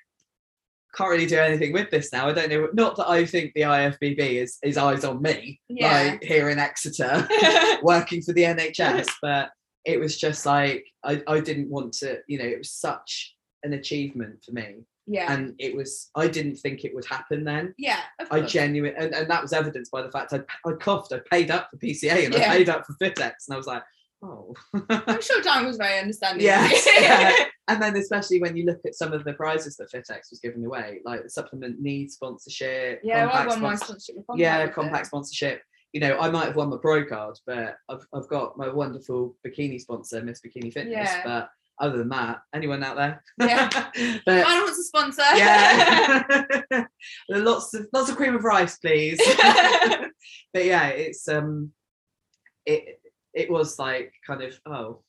Speaker 2: can't really do anything with this now. I don't know. Not that I think the IFBB is is eyes on me,
Speaker 1: Yeah.
Speaker 2: like here in Exeter, working for the NHS, but it was just like I, I didn't want to. You know, it was such an achievement for me,
Speaker 1: yeah,
Speaker 2: and it was I didn't think it would happen then.
Speaker 1: yeah. Of
Speaker 2: I
Speaker 1: course.
Speaker 2: genuine and, and that was evidenced by the fact I I coughed. I paid up for PCA and
Speaker 1: Yeah.
Speaker 2: I paid up for FitX, and I was like, oh.
Speaker 1: I'm sure Dan was very understanding.
Speaker 2: Yes, yeah. and then especially when you look at some of the prizes that FitX was giving away, like the supplement need sponsorship.
Speaker 1: yeah. Well, I
Speaker 2: compact
Speaker 1: won my
Speaker 2: spons-
Speaker 1: sponsorship. with Compact
Speaker 2: yeah,
Speaker 1: with it.
Speaker 2: compact sponsorship. You know, I might have won my pro card, but I've, I've got my wonderful bikini sponsor, Miss Bikini Fitness.
Speaker 1: Yeah.
Speaker 2: But other than that, anyone out there?
Speaker 1: Yeah.
Speaker 2: but,
Speaker 1: I want to sponsor.
Speaker 2: yeah. lots of lots of cream of rice, please. but yeah, it's um, it it was like kind of oh,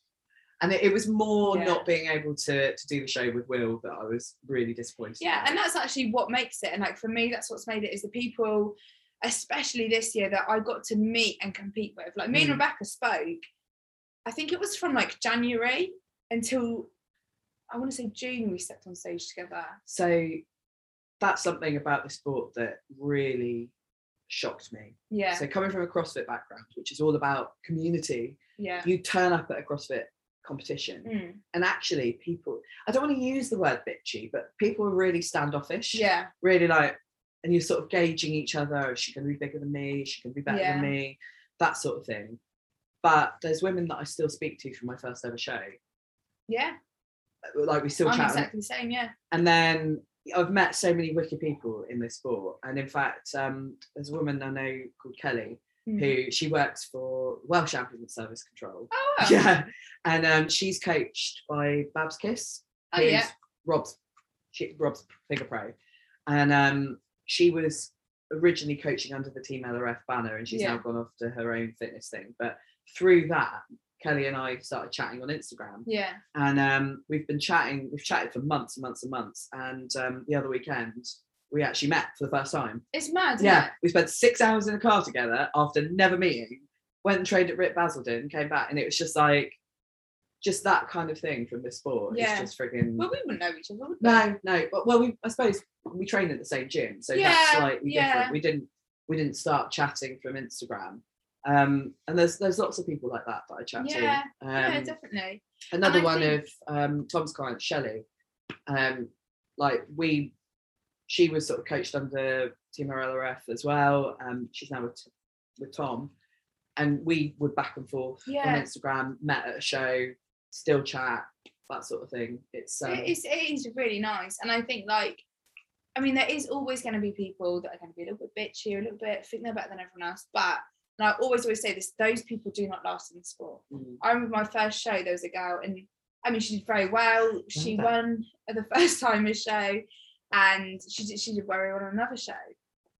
Speaker 2: and it, it was more
Speaker 1: Yeah.
Speaker 2: not being able to to do the show with Will that I was really disappointed.
Speaker 1: yeah
Speaker 2: about.
Speaker 1: and that's actually what makes it and like for me that's what's made it is the people especially this year that i got to meet and compete with like me and
Speaker 2: Mm.
Speaker 1: rebecca spoke i think it was from like january until i want to say june we stepped on stage together
Speaker 2: so that's something about the sport that really shocked me.
Speaker 1: yeah
Speaker 2: So coming from a CrossFit background, which is all about community,
Speaker 1: yeah
Speaker 2: you turn up at a CrossFit competition
Speaker 1: Mm,
Speaker 2: and actually people I don't want to use the word bitchy, but people are really standoffish.
Speaker 1: yeah
Speaker 2: Really like and you're sort of gauging each other, is she gonna be bigger than me, is she gonna be better
Speaker 1: Yeah.
Speaker 2: than me, that sort of thing. But there's women that I still speak to from my first ever show.
Speaker 1: yeah
Speaker 2: Like we still
Speaker 1: i'm
Speaker 2: chat on-
Speaker 1: exactly the same yeah
Speaker 2: and then I've met so many wicked people in this sport. And in fact, um, there's a woman I know called Kelly
Speaker 1: Mm.
Speaker 2: who she works for Welsh Ambulance Service Control.
Speaker 1: oh wow.
Speaker 2: Yeah, and um, she's coached by Babs Kiss,
Speaker 1: oh yeah
Speaker 2: Rob's she, Rob's figure pro, and um, she was originally coaching under the Team LRF banner, and she's
Speaker 1: Yeah.
Speaker 2: now gone off to her own fitness thing. But through that, Kelly and I started chatting on Instagram,
Speaker 1: yeah
Speaker 2: and um, we've been chatting. We've chatted for months and months and months. And um, the other weekend, we actually met for the first time.
Speaker 1: it's mad isn't
Speaker 2: Yeah,
Speaker 1: it?
Speaker 2: we spent six hours in a car together after never meeting. Went and trained at Rip Basildon, came back, and it was just like, just that kind of thing from this sport.
Speaker 1: Yeah.
Speaker 2: It's just friggin'
Speaker 1: well we wouldn't know each other would we?
Speaker 2: no, no. But, well, we I suppose we trained at the same gym, so that's
Speaker 1: Yeah,
Speaker 2: slightly
Speaker 1: yeah.
Speaker 2: different. We didn't we didn't start chatting from Instagram. Um, and there's there's lots of people like that that I chat
Speaker 1: Yeah,
Speaker 2: to. Um,
Speaker 1: yeah definitely
Speaker 2: another
Speaker 1: I
Speaker 2: one
Speaker 1: think-
Speaker 2: of um, Tom's client, Shelley. Um, like we, she was sort of coached under Team RLRF as well. Um, she's now with, T- with Tom, and we would back and forth
Speaker 1: Yeah.
Speaker 2: on Instagram, met at a show, still chat, that sort of thing. It's um,
Speaker 1: it is it is really nice and i think like I mean, there is always going to be people that are going to be a little bit bitchy or a little bit think they're better than everyone else. But and I always always say this: those people do not last in the sport.
Speaker 2: Mm.
Speaker 1: I remember my first show. There was a girl, and I mean, she did very well. She
Speaker 2: Remember.
Speaker 1: won the first time a show, and she did she did very well on another show.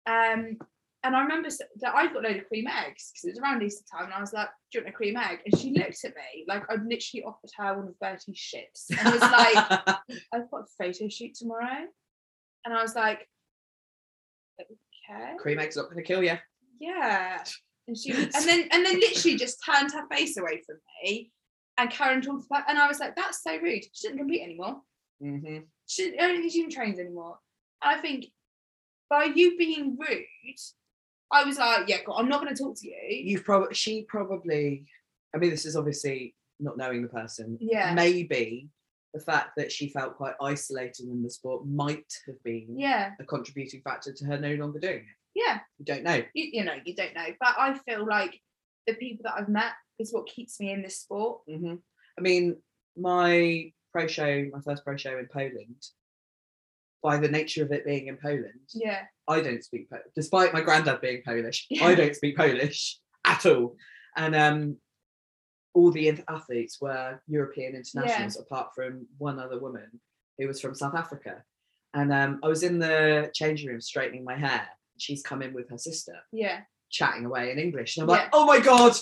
Speaker 1: Um, and I remember s- that I got a load of cream eggs because it was around Easter time, and I was like, "Do you want a cream egg?" And she looked at me like I'd literally offered her one of Bertie's shits, and was like. I've got a photo shoot tomorrow. And I was like, okay,
Speaker 2: cream egg's not gonna kill you.
Speaker 1: yeah. And she and then and then literally just turned her face away from me and Karen talked about and I was like, that's so rude. She didn't compete anymore.
Speaker 2: Mm-hmm.
Speaker 1: She I don't think she even trains anymore. And I think by you being rude, I was like, yeah, God, I'm not gonna talk to you.
Speaker 2: You've probably she probably. I mean, this is obviously not knowing the person.
Speaker 1: Yeah.
Speaker 2: Maybe the fact that she felt quite isolated in the sport might have been
Speaker 1: Yeah,
Speaker 2: a contributing factor to her no longer doing it.
Speaker 1: yeah.
Speaker 2: You don't know.
Speaker 1: you, you know, you don't know. But I feel like the people that I've met is what keeps me in this sport.
Speaker 2: hmm I mean, my pro show, my first pro show in Poland, by the nature of it being in Poland,
Speaker 1: Yeah.
Speaker 2: I don't speak Polish. Despite my granddad being Polish,
Speaker 1: Yeah.
Speaker 2: I don't speak Polish at all. And um, all the inter- athletes were European internationals, apart from one other woman who was from South Africa. And um, I was in the changing room straightening my hair. She's come in with her sister,
Speaker 1: Yeah.
Speaker 2: chatting away in English. And I'm
Speaker 1: Yeah.
Speaker 2: like, oh my God,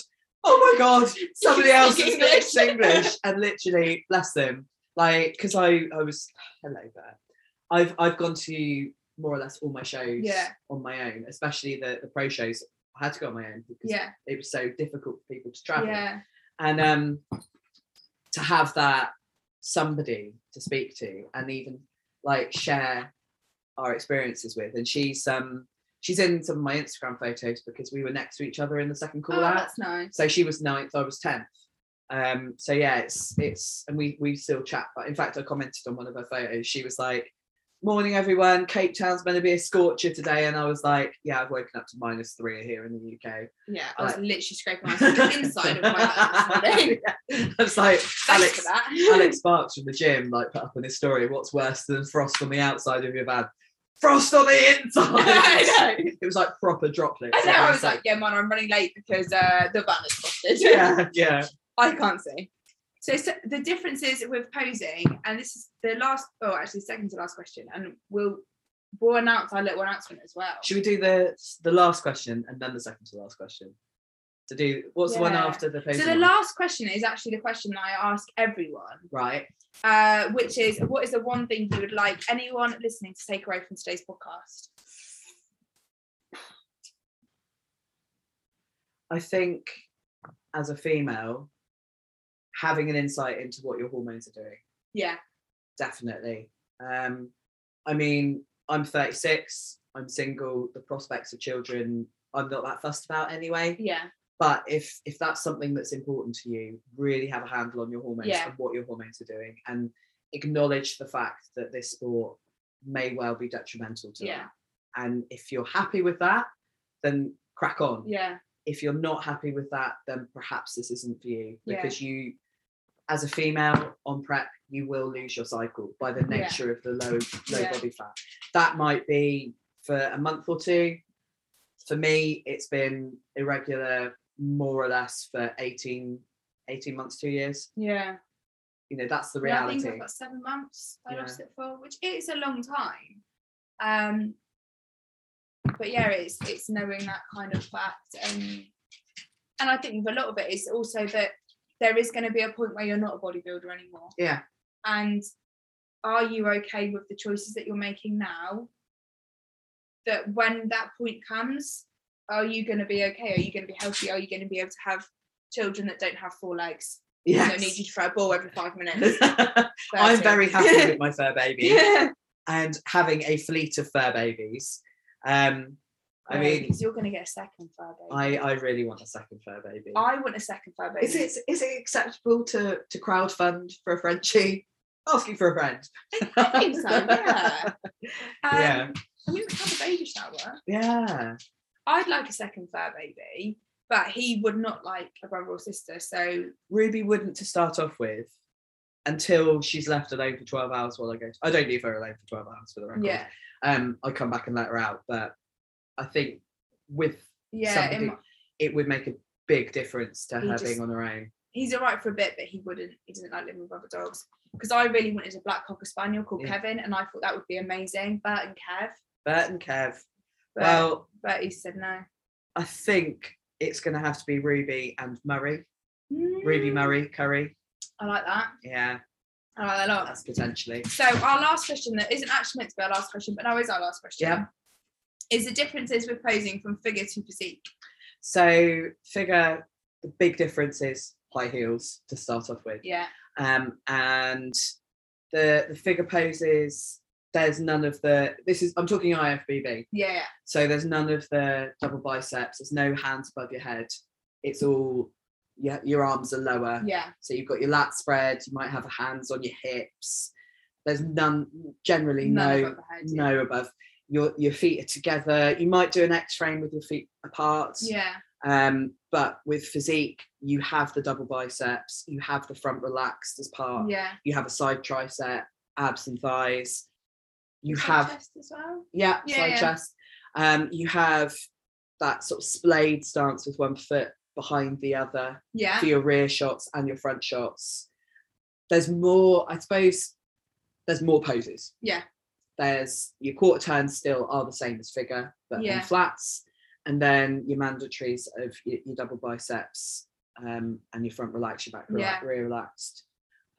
Speaker 2: oh my God, somebody else
Speaker 1: Speak
Speaker 2: is
Speaker 1: English.
Speaker 2: English. English. And literally, bless them. Like, because I, I was, hello there. I've, I've gone to more or less all my shows
Speaker 1: Yeah.
Speaker 2: on my own, especially the, the pro shows. I had to go on my own because
Speaker 1: Yeah.
Speaker 2: it was so difficult for people to travel.
Speaker 1: Yeah.
Speaker 2: And um, to have that somebody to speak to and even like share our experiences with. And she's um she's in some of my Instagram photos because we were next to each other in the second call
Speaker 1: Oh,
Speaker 2: out.
Speaker 1: that's nice.
Speaker 2: So she was ninth, I was tenth. Um, so yeah, it's it's and we we still chat. But in fact, I commented on one of her photos. She was like, "Morning, everyone. Cape Town's going to be a scorcher today," and I was like, "Yeah, I've woken up to minus three here in the UK."
Speaker 1: Yeah, I was
Speaker 2: Like-
Speaker 1: literally scraping myself inside of my hand this morning.
Speaker 2: Yeah. I was like,
Speaker 1: Thanks for
Speaker 2: Alex,
Speaker 1: that.
Speaker 2: Alex Sparks from the gym like put up in his story. What's worse than frost on the outside of your van? Frost on the
Speaker 1: I
Speaker 2: inside. it was like proper droplets.
Speaker 1: And then I was like, yeah, man, I'm running late because uh, the van is busted.
Speaker 2: yeah, yeah.
Speaker 1: I can't see. So, so the differences with posing, and this is the last, oh, actually, second to last question, and we'll we'll announce our little announcement as well.
Speaker 2: Should we do the the last question and then the second to last question? To do what's the one
Speaker 1: Yeah.
Speaker 2: after the
Speaker 1: So
Speaker 2: posing
Speaker 1: the
Speaker 2: one?
Speaker 1: last question is actually the question that I ask everyone,
Speaker 2: right?
Speaker 1: uh, which is, what is the one thing you would like anyone listening to take away from today's podcast?
Speaker 2: I think as a female, having an insight into what your hormones are doing
Speaker 1: Yeah,
Speaker 2: definitely. Um, I mean, I'm 36. I'm single. The prospects of children, I'm not that fussed about anyway.
Speaker 1: yeah,
Speaker 2: But if if that's something that's important to you, really have a handle on your hormones
Speaker 1: Yeah.
Speaker 2: and what your hormones are doing, and acknowledge the fact that this sport may well be detrimental to
Speaker 1: Yeah.
Speaker 2: that. And if you're happy with that, then crack on
Speaker 1: yeah,
Speaker 2: if you're not happy with that, then perhaps this isn't for you
Speaker 1: Yeah.
Speaker 2: because you, as a female on prep, you will lose your cycle by the
Speaker 1: Yeah.
Speaker 2: nature of the low low
Speaker 1: Yeah.
Speaker 2: body fat. That might be for a month or two. For me, it's been irregular more or less for 18, 18 months, two years.
Speaker 1: yeah.
Speaker 2: You know, that's the
Speaker 1: Yeah, I
Speaker 2: reality.
Speaker 1: think I've got seven months I
Speaker 2: Yeah.
Speaker 1: lost it for, which is a long time. Um, but yeah, it's it's knowing that kind of fact, and and I think a lot of it is also that there is going to be a point where you're not a bodybuilder anymore.
Speaker 2: Yeah.
Speaker 1: And are you okay with the choices that you're making now? That when that point comes, are you going to be okay? Are you going to be healthy? Are you going to be able to have children that don't have four legs?
Speaker 2: Yes.
Speaker 1: I don't need you to throw a ball every five minutes.
Speaker 2: I'm
Speaker 1: Thirty.
Speaker 2: very happy with my fur baby
Speaker 1: yeah.
Speaker 2: and having a fleet of fur babies. Um, I mean,
Speaker 1: because you're going to get a second fur baby.
Speaker 2: I, I really want a second fur baby.
Speaker 1: I, want a second fur baby.
Speaker 2: Is it is it acceptable to to crowdfund for a Frenchie? Asking for a friend.
Speaker 1: I think so. Yeah. Um,
Speaker 2: Yeah.
Speaker 1: And we would have a baby shower.
Speaker 2: Yeah.
Speaker 1: I'd like a second fur baby, but he would not like a brother or sister. So
Speaker 2: Ruby wouldn't to start off with, until she's left alone for 12 hours while I go. I don't leave her alone for 12 hours for the record.
Speaker 1: yeah,
Speaker 2: Um, I come back and let her out. But I think with
Speaker 1: yeah.
Speaker 2: somebody,
Speaker 1: It,
Speaker 2: it, would make a big difference to
Speaker 1: He
Speaker 2: her
Speaker 1: just-
Speaker 2: being on her own.
Speaker 1: he's all right for a bit, but he wouldn't. He doesn't like living with other dogs. Because I really wanted a black cocker spaniel called
Speaker 2: Yeah.
Speaker 1: Kevin, and I thought that would be amazing, Bert and Kev.
Speaker 2: Bert and Kev.
Speaker 1: But,
Speaker 2: well,
Speaker 1: but he said no.
Speaker 2: I think it's going to have to be Ruby and Murray. Ruby
Speaker 1: Mm,
Speaker 2: Murray Curry.
Speaker 1: I like that.
Speaker 2: Yeah,
Speaker 1: I like that a lot.
Speaker 2: that's potentially.
Speaker 1: Oh, So our last question that isn't actually meant to be our last question, but now is our last question.
Speaker 2: Yeah.
Speaker 1: Is the differences with posing from figure to physique?
Speaker 2: So figure the big difference is high heels to start off with.
Speaker 1: Yeah.
Speaker 2: Um, and the the figure poses. There's none of the. This is. I'm talking IFBB.
Speaker 1: Yeah.
Speaker 2: So there's none of the double biceps. There's no hands above your head. It's all. Yeah, your arms are lower.
Speaker 1: Yeah.
Speaker 2: So you've got your lat spread. You might have hands on your hips. There's none. Generally,
Speaker 1: None
Speaker 2: no
Speaker 1: above the head, yeah.
Speaker 2: no above your your feet are together you might do an x-frame with your feet apart
Speaker 1: Yeah.
Speaker 2: um but with physique you have the double biceps you have the front relaxed as part
Speaker 1: Yeah.
Speaker 2: you have a side tricep abs and thighs you
Speaker 1: Side
Speaker 2: have
Speaker 1: chest as well.
Speaker 2: yeah,
Speaker 1: Yeah,
Speaker 2: side
Speaker 1: yeah.
Speaker 2: chest um you have that sort of splayed stance with one foot behind the other
Speaker 1: Yeah.
Speaker 2: for your rear shots and your front shots there's more i suppose there's more poses
Speaker 1: Yeah.
Speaker 2: there's your quarter turns still are the same as figure, but
Speaker 1: Yeah.
Speaker 2: on flats, and then your mandatories of your, your double biceps um, and your front relaxed, your back relax, rear relaxed.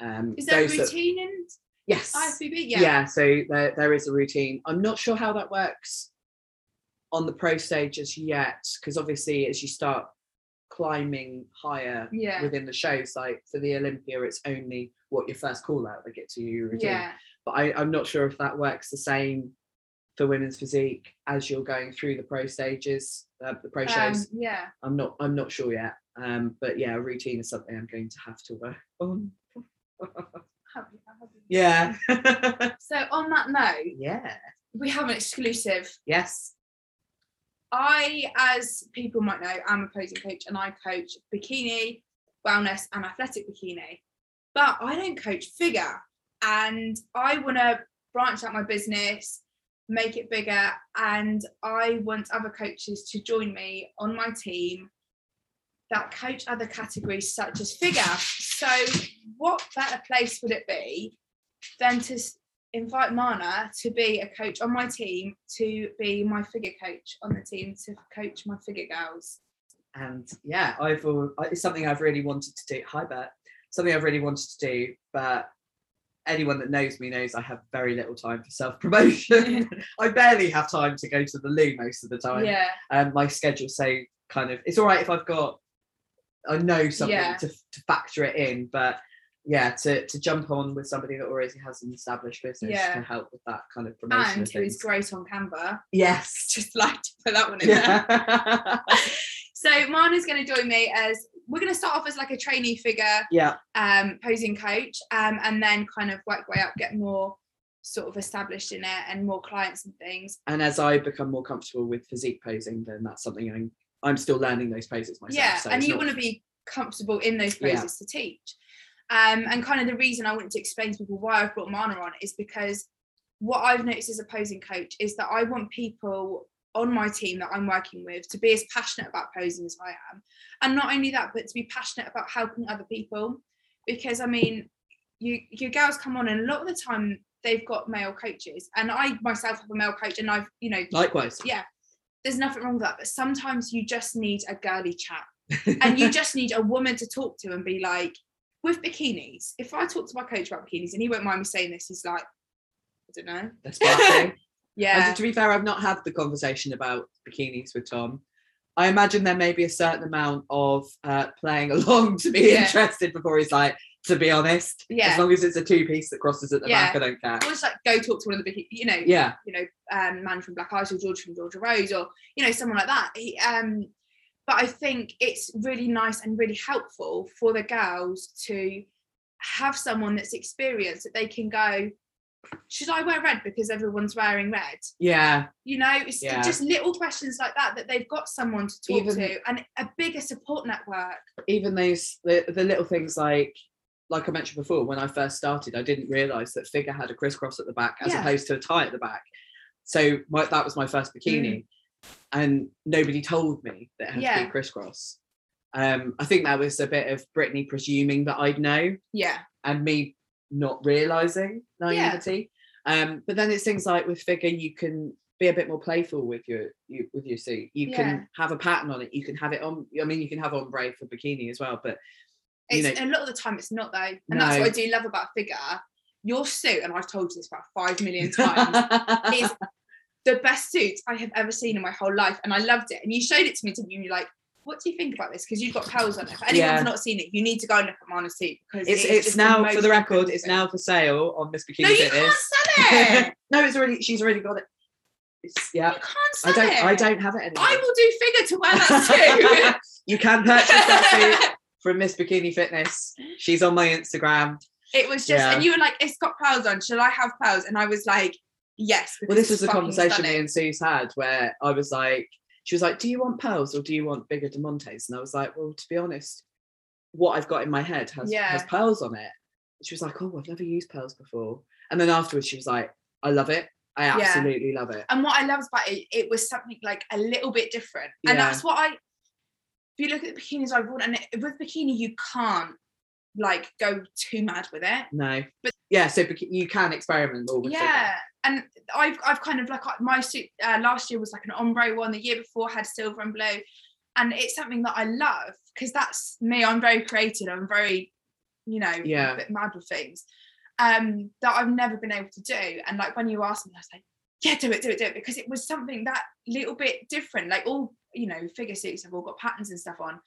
Speaker 2: Um,
Speaker 1: Is there a
Speaker 2: those that-
Speaker 1: routine in
Speaker 2: yes.
Speaker 1: IFBB?
Speaker 2: yeah. So there, there is a routine. I'm not sure how that works on the pro stages yet, because obviously as you start climbing higher
Speaker 1: Yeah.
Speaker 2: within the shows, like for the Olympia, it's only what your first call out they get to you routine
Speaker 1: Yeah.
Speaker 2: but I, I'm not sure if that works the same for women's physique as you're going through the pro stages, uh, the pro
Speaker 1: Um,
Speaker 2: shows.
Speaker 1: yeah.
Speaker 2: I'm not, I'm not sure yet. Um, but yeah, a routine is something I'm going to have to work on.
Speaker 1: Happy, happy.
Speaker 2: Yeah,
Speaker 1: So on that note,
Speaker 2: yeah,
Speaker 1: we have an exclusive.
Speaker 2: yes,
Speaker 1: I, as people might know, am a posing coach and I coach bikini, wellness, and athletic bikini. But I don't coach figure. And I want to branch out my business, make it bigger. And I want other coaches to join me on my team that coach other categories such as figure. So, what better place would it be than to s- invite Mana to be a coach on my team, to be my figure coach on the team, to coach my figure girls.
Speaker 2: and yeah, I've al- it's something I've really wanted to do. Hi, Bert. Something I've really wanted to do, but anyone that knows me knows I have very little time for self promotion. I barely have time to go to the loo most of the time.
Speaker 1: Yeah,
Speaker 2: um, my schedule. So kind of, it's all right if I've got, I know something
Speaker 1: Yeah.
Speaker 2: to, to factor it in, but yeah, to, to jump on with somebody that already has an established business
Speaker 1: Yeah.
Speaker 2: to help with that kind of promotion.
Speaker 1: and
Speaker 2: of
Speaker 1: who is
Speaker 2: things.
Speaker 1: great on Canva.
Speaker 2: Yes.
Speaker 1: Just like to put that one in there.
Speaker 2: Yeah.
Speaker 1: So Mana's going to join me as we're going to start off as like a trainee figure
Speaker 2: yeah.
Speaker 1: um, posing coach, um, and then kind of work way up, get more sort of established in it and more clients and things.
Speaker 2: And as I become more comfortable with physique posing, then that's something I'm, I'm still learning those poses myself.
Speaker 1: yeah,
Speaker 2: so
Speaker 1: and
Speaker 2: it's
Speaker 1: you
Speaker 2: not-
Speaker 1: want to be comfortable in those
Speaker 2: Yeah.
Speaker 1: poses to teach. Um, and kind of the reason I want to explain to people why I've brought Mana on is because what I've noticed as a posing coach is that I want people on my team that I'm working with to be as passionate about posing as I am. And not only that, but to be passionate about helping other people. Because I mean, you your girls come on and a lot of the time they've got male coaches. And I myself have a male coach and I've, you know,
Speaker 2: Likewise.
Speaker 1: there's nothing wrong with that. But sometimes you just need a girly chat and you just need a woman to talk to and be like, with bikinis, if I talk to my coach about bikinis and he won't mind me saying this, he's like, I don't know.
Speaker 2: That's part of it.
Speaker 1: Yeah.
Speaker 2: And to be fair, I've not had the conversation about bikinis with Tom. I imagine there may be a certain amount of uh, playing along to be
Speaker 1: Yeah.
Speaker 2: interested before he's like, to be honest,
Speaker 1: Yeah.
Speaker 2: as long as it's a two piece that crosses at the
Speaker 1: Yeah.
Speaker 2: back, I don't care.
Speaker 1: Or just like go talk to one of the bikini, you know,
Speaker 2: Yeah,
Speaker 1: you know, um, man from Black Eyes or George from Georgia Rose or, you know, someone like that. He, um, but I think it's really nice and really helpful for the girls to have someone that's experienced that they can go, should I wear red because everyone's wearing red?
Speaker 2: yeah,
Speaker 1: you know it's
Speaker 2: Yeah.
Speaker 1: just little questions like that that they've got someone to talk
Speaker 2: Even-
Speaker 1: to and a bigger support network
Speaker 2: even those the, the little things like like I mentioned before, when I first started, I didn't realise that figure had a crisscross at the back as
Speaker 1: Yeah.
Speaker 2: opposed to a tie at the back. So my, that was my first bikini, and nobody told me that it had to
Speaker 1: Mm. Yeah.
Speaker 2: be crisscross. Um, I think that was a bit of Brittany presuming that I'd know
Speaker 1: Yeah.
Speaker 2: and me not realizing naivety. Um, but then it's things like with figure, you can be a bit more playful with your you, with your suit. You
Speaker 1: Yeah.
Speaker 2: can have a pattern on it. You can have it on. I mean, you can have on braid for bikini as well. But you
Speaker 1: It's, a lot of the time it's not though. And that's
Speaker 2: No.
Speaker 1: what I do love about figure. Your suit, and I've told you this about five million times,
Speaker 2: know,
Speaker 1: is the best suit I have ever seen in my whole life. And I loved it. And you showed it to me, didn't you? And you're like, what do you think about this? Because you've got pearls on it. If anyone's
Speaker 2: Yeah.
Speaker 1: not seen it, you need to go and look at Mana's suit because
Speaker 2: it's
Speaker 1: it is
Speaker 2: it's
Speaker 1: just
Speaker 2: now for
Speaker 1: most
Speaker 2: the record.
Speaker 1: incredible
Speaker 2: It's
Speaker 1: thing.
Speaker 2: now for sale on Miss Bikini
Speaker 1: No, you can't
Speaker 2: Fitness.
Speaker 1: sell it.
Speaker 2: no, it's already she's already got it. It's,
Speaker 1: you
Speaker 2: yeah,
Speaker 1: can't sell
Speaker 2: I don't
Speaker 1: it.
Speaker 2: I don't have it anymore.
Speaker 1: I will do figure to wear that
Speaker 2: you can purchase that suit
Speaker 1: suit.
Speaker 2: from Miss Bikini Fitness. She's on my Instagram.
Speaker 1: it was just,
Speaker 2: Yeah.
Speaker 1: and you were like, it's got pearls on. Shall I have pearls? And I was like, yes.
Speaker 2: Well,
Speaker 1: because
Speaker 2: this was
Speaker 1: it's
Speaker 2: the
Speaker 1: fucking
Speaker 2: conversation
Speaker 1: stunning.
Speaker 2: me and Sue's had where I was like, she was like, Do you want pearls or do you want bigger Demontes? And I was like, Well, to be honest, what I've got in my head has,
Speaker 1: Yeah.
Speaker 2: has pearls on it. And she was like, Oh, I've never used pearls before. And then afterwards, she was like, I love it. I
Speaker 1: Yeah.
Speaker 2: absolutely love it.
Speaker 1: and what I loved about it, it was something like a little bit different. And
Speaker 2: Yeah.
Speaker 1: that's what I, if you look at the bikinis I've worn, and it, with bikini, you can't like go too mad with it.
Speaker 2: No. But
Speaker 1: But-
Speaker 2: yeah, so bik- you can experiment all with figure.
Speaker 1: Yeah. And I've, I've kind of like, my suit uh, last year was like an ombre one, the year before had silver and blue. And it's something that I love because that's me. I'm very creative. I'm very, you know,
Speaker 2: Yeah.
Speaker 1: a bit mad with things um, that I've never been able to do. And like when you asked me, I was like, yeah, do it, do it, do it, because it was something that little bit different. Like all, you know, figure suits have all got patterns and stuff on,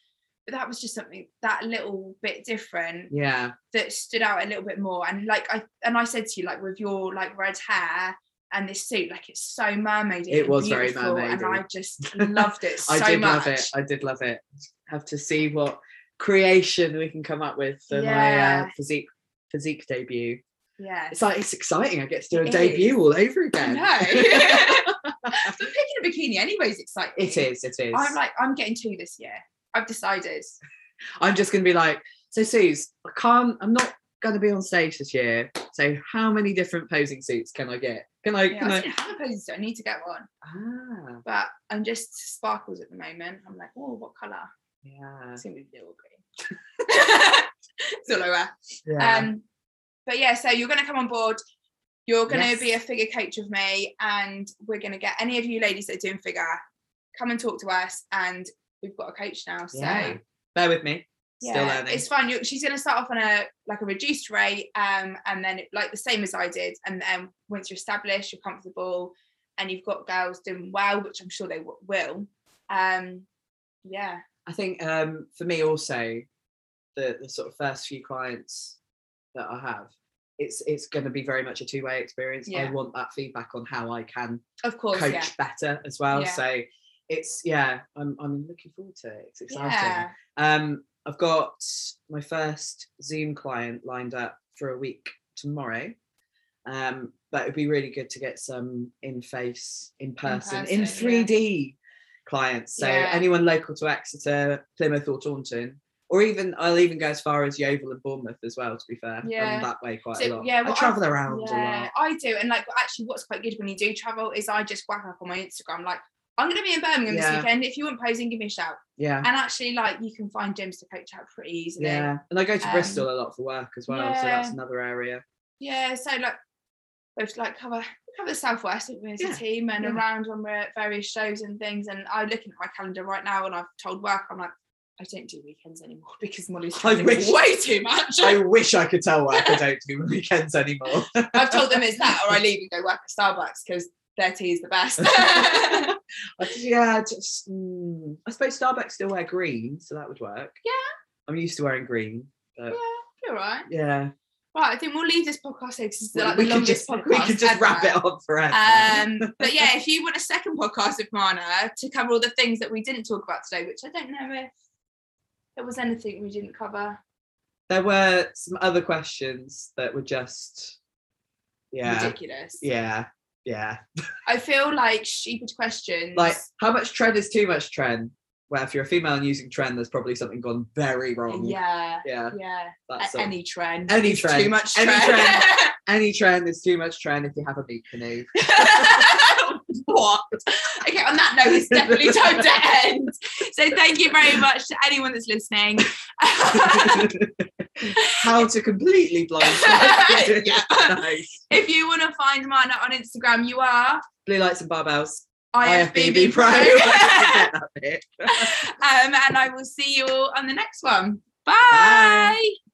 Speaker 1: but that was just something that little bit different
Speaker 2: Yeah.
Speaker 1: that stood out a little bit more. And like I and I said to you, like with your like red hair and this suit, like it's so mermaid.
Speaker 2: It was very
Speaker 1: and
Speaker 2: mermaidy.
Speaker 1: I just loved it so
Speaker 2: I did
Speaker 1: much.
Speaker 2: love it. I did love it. Have to see what creation we can come up with for my uh,
Speaker 1: Yeah.
Speaker 2: physique physique debut.
Speaker 1: Yeah.
Speaker 2: It's like it's exciting. I get to do a
Speaker 1: It
Speaker 2: debut all over
Speaker 1: I
Speaker 2: again.
Speaker 1: know. but picking a bikini anyway is exciting.
Speaker 2: it is. It is.
Speaker 1: I'm like, I'm getting two this year. I've decided.
Speaker 2: I'm just going to be like, so Suze, I can't. I'm not going to be on stage this year. So how many different posing suits can I get? Can I?
Speaker 1: Yeah,
Speaker 2: can
Speaker 1: I
Speaker 2: I?
Speaker 1: didn't have a posing suit. I need to get one,
Speaker 2: Ah,
Speaker 1: but I'm just sparkles at the moment. I'm like, oh, what colour?
Speaker 2: yeah.
Speaker 1: It's gonna be little green. it's all I wear.
Speaker 2: yeah.
Speaker 1: Um, but yeah, so you're going to come on board. You're going to
Speaker 2: Yes.
Speaker 1: be a figure coach with me, and we're going to get any of you ladies that are doing figure, come and talk to us. And we've got a coach now, so
Speaker 2: yeah.
Speaker 1: yeah,
Speaker 2: Bear with me. Still learning.
Speaker 1: it's fine. you she's going to start off on a like a reduced rate, um, and then like the same as I did. And then once you're established, you're comfortable, and you've got girls doing well, which I'm sure they w- will. Um, yeah,
Speaker 2: I think um, for me also, the the sort of first few clients that I have, it's it's going to be very much a two way experience. I
Speaker 1: Yeah.
Speaker 2: want that feedback on how I can
Speaker 1: of course,
Speaker 2: coach
Speaker 1: yeah,
Speaker 2: better as well.
Speaker 1: Yeah.
Speaker 2: So it's yeah, I'm I'm looking forward to it. It's exciting.
Speaker 1: yeah,
Speaker 2: Um, I've got my first Zoom client lined up for a week tomorrow. Um, but it'd be really good to get some in face, in person, in,
Speaker 1: person, yeah.
Speaker 2: 3D clients. So
Speaker 1: Yeah.
Speaker 2: anyone local to Exeter, Plymouth or Taunton, or even I'll even go as far as Yeovil and Bournemouth as well, to be fair. I'm
Speaker 1: Yeah.
Speaker 2: that way quite a
Speaker 1: So,
Speaker 2: lot.
Speaker 1: yeah,
Speaker 2: I
Speaker 1: what I-
Speaker 2: travel around a
Speaker 1: Yeah,
Speaker 2: lot.
Speaker 1: I do. And like, actually, what's quite good when you do travel is I just whack up on my Instagram, like, I'm going to be in Birmingham this
Speaker 2: Yeah.
Speaker 1: weekend. If you want posing, give me a shout.
Speaker 2: Yeah.
Speaker 1: And actually, like, you can find gyms to coach out pretty easily.
Speaker 2: Yeah. And I go to
Speaker 1: Um,
Speaker 2: Bristol a lot for work as well. So that's
Speaker 1: yeah.
Speaker 2: another area.
Speaker 1: Yeah, so like, both like cover cover the southwest don't we, as
Speaker 2: Yeah,
Speaker 1: a team and
Speaker 2: yeah.
Speaker 1: around when we're at various shows and things. And I'm looking at my calendar right now, and I've told work, I'm like, I don't do weekends anymore because Molly's
Speaker 2: I
Speaker 1: traveling
Speaker 2: wish-
Speaker 1: way too much.
Speaker 2: I wish I could tell work I don't do weekends anymore.
Speaker 1: I've told them it's that, or I leave and go work at Starbucks because their tea is the best.
Speaker 2: I just- yeah, just mm, I suppose Starbucks still wear green, so that would work.
Speaker 1: Yeah.
Speaker 2: I'm used to wearing green.
Speaker 1: yeah,
Speaker 2: But
Speaker 1: you're right.
Speaker 2: yeah,
Speaker 1: Right, I think we'll leave this podcast here because it's like
Speaker 2: we
Speaker 1: the
Speaker 2: could
Speaker 1: longest
Speaker 2: just
Speaker 1: podcast.
Speaker 2: we could just
Speaker 1: ever.
Speaker 2: wrap it up forever.
Speaker 1: Um, but yeah, if you want a second podcast with Mana to cover all the things that we didn't talk about today, which I don't know if there was anything we didn't cover.
Speaker 2: there were some other questions that were just, yeah,
Speaker 1: Ridiculous.
Speaker 2: yeah, yeah.
Speaker 1: I feel like stupid questions.
Speaker 2: Like how much tread is too much tread? where if you're a female and using trend, there's probably something gone very wrong.
Speaker 1: Yeah.
Speaker 2: Yeah.
Speaker 1: Yeah.
Speaker 2: That's
Speaker 1: A-
Speaker 2: all.
Speaker 1: any trend.
Speaker 2: Any
Speaker 1: It's
Speaker 2: trend.
Speaker 1: Too much
Speaker 2: Any
Speaker 1: trend.
Speaker 2: Any trend is too much trend if you have a meat canoe.
Speaker 1: what? Okay, on that note, it's definitely time to end. So thank you very much to anyone that's listening.
Speaker 2: How to completely blind.
Speaker 1: Yeah.
Speaker 2: nice.
Speaker 1: if you want to find Marna on Instagram, you are
Speaker 2: Blue lights and barbells.
Speaker 1: IFBB Pro. um,
Speaker 2: That's it.
Speaker 1: and I will see you all on the next one. Bye.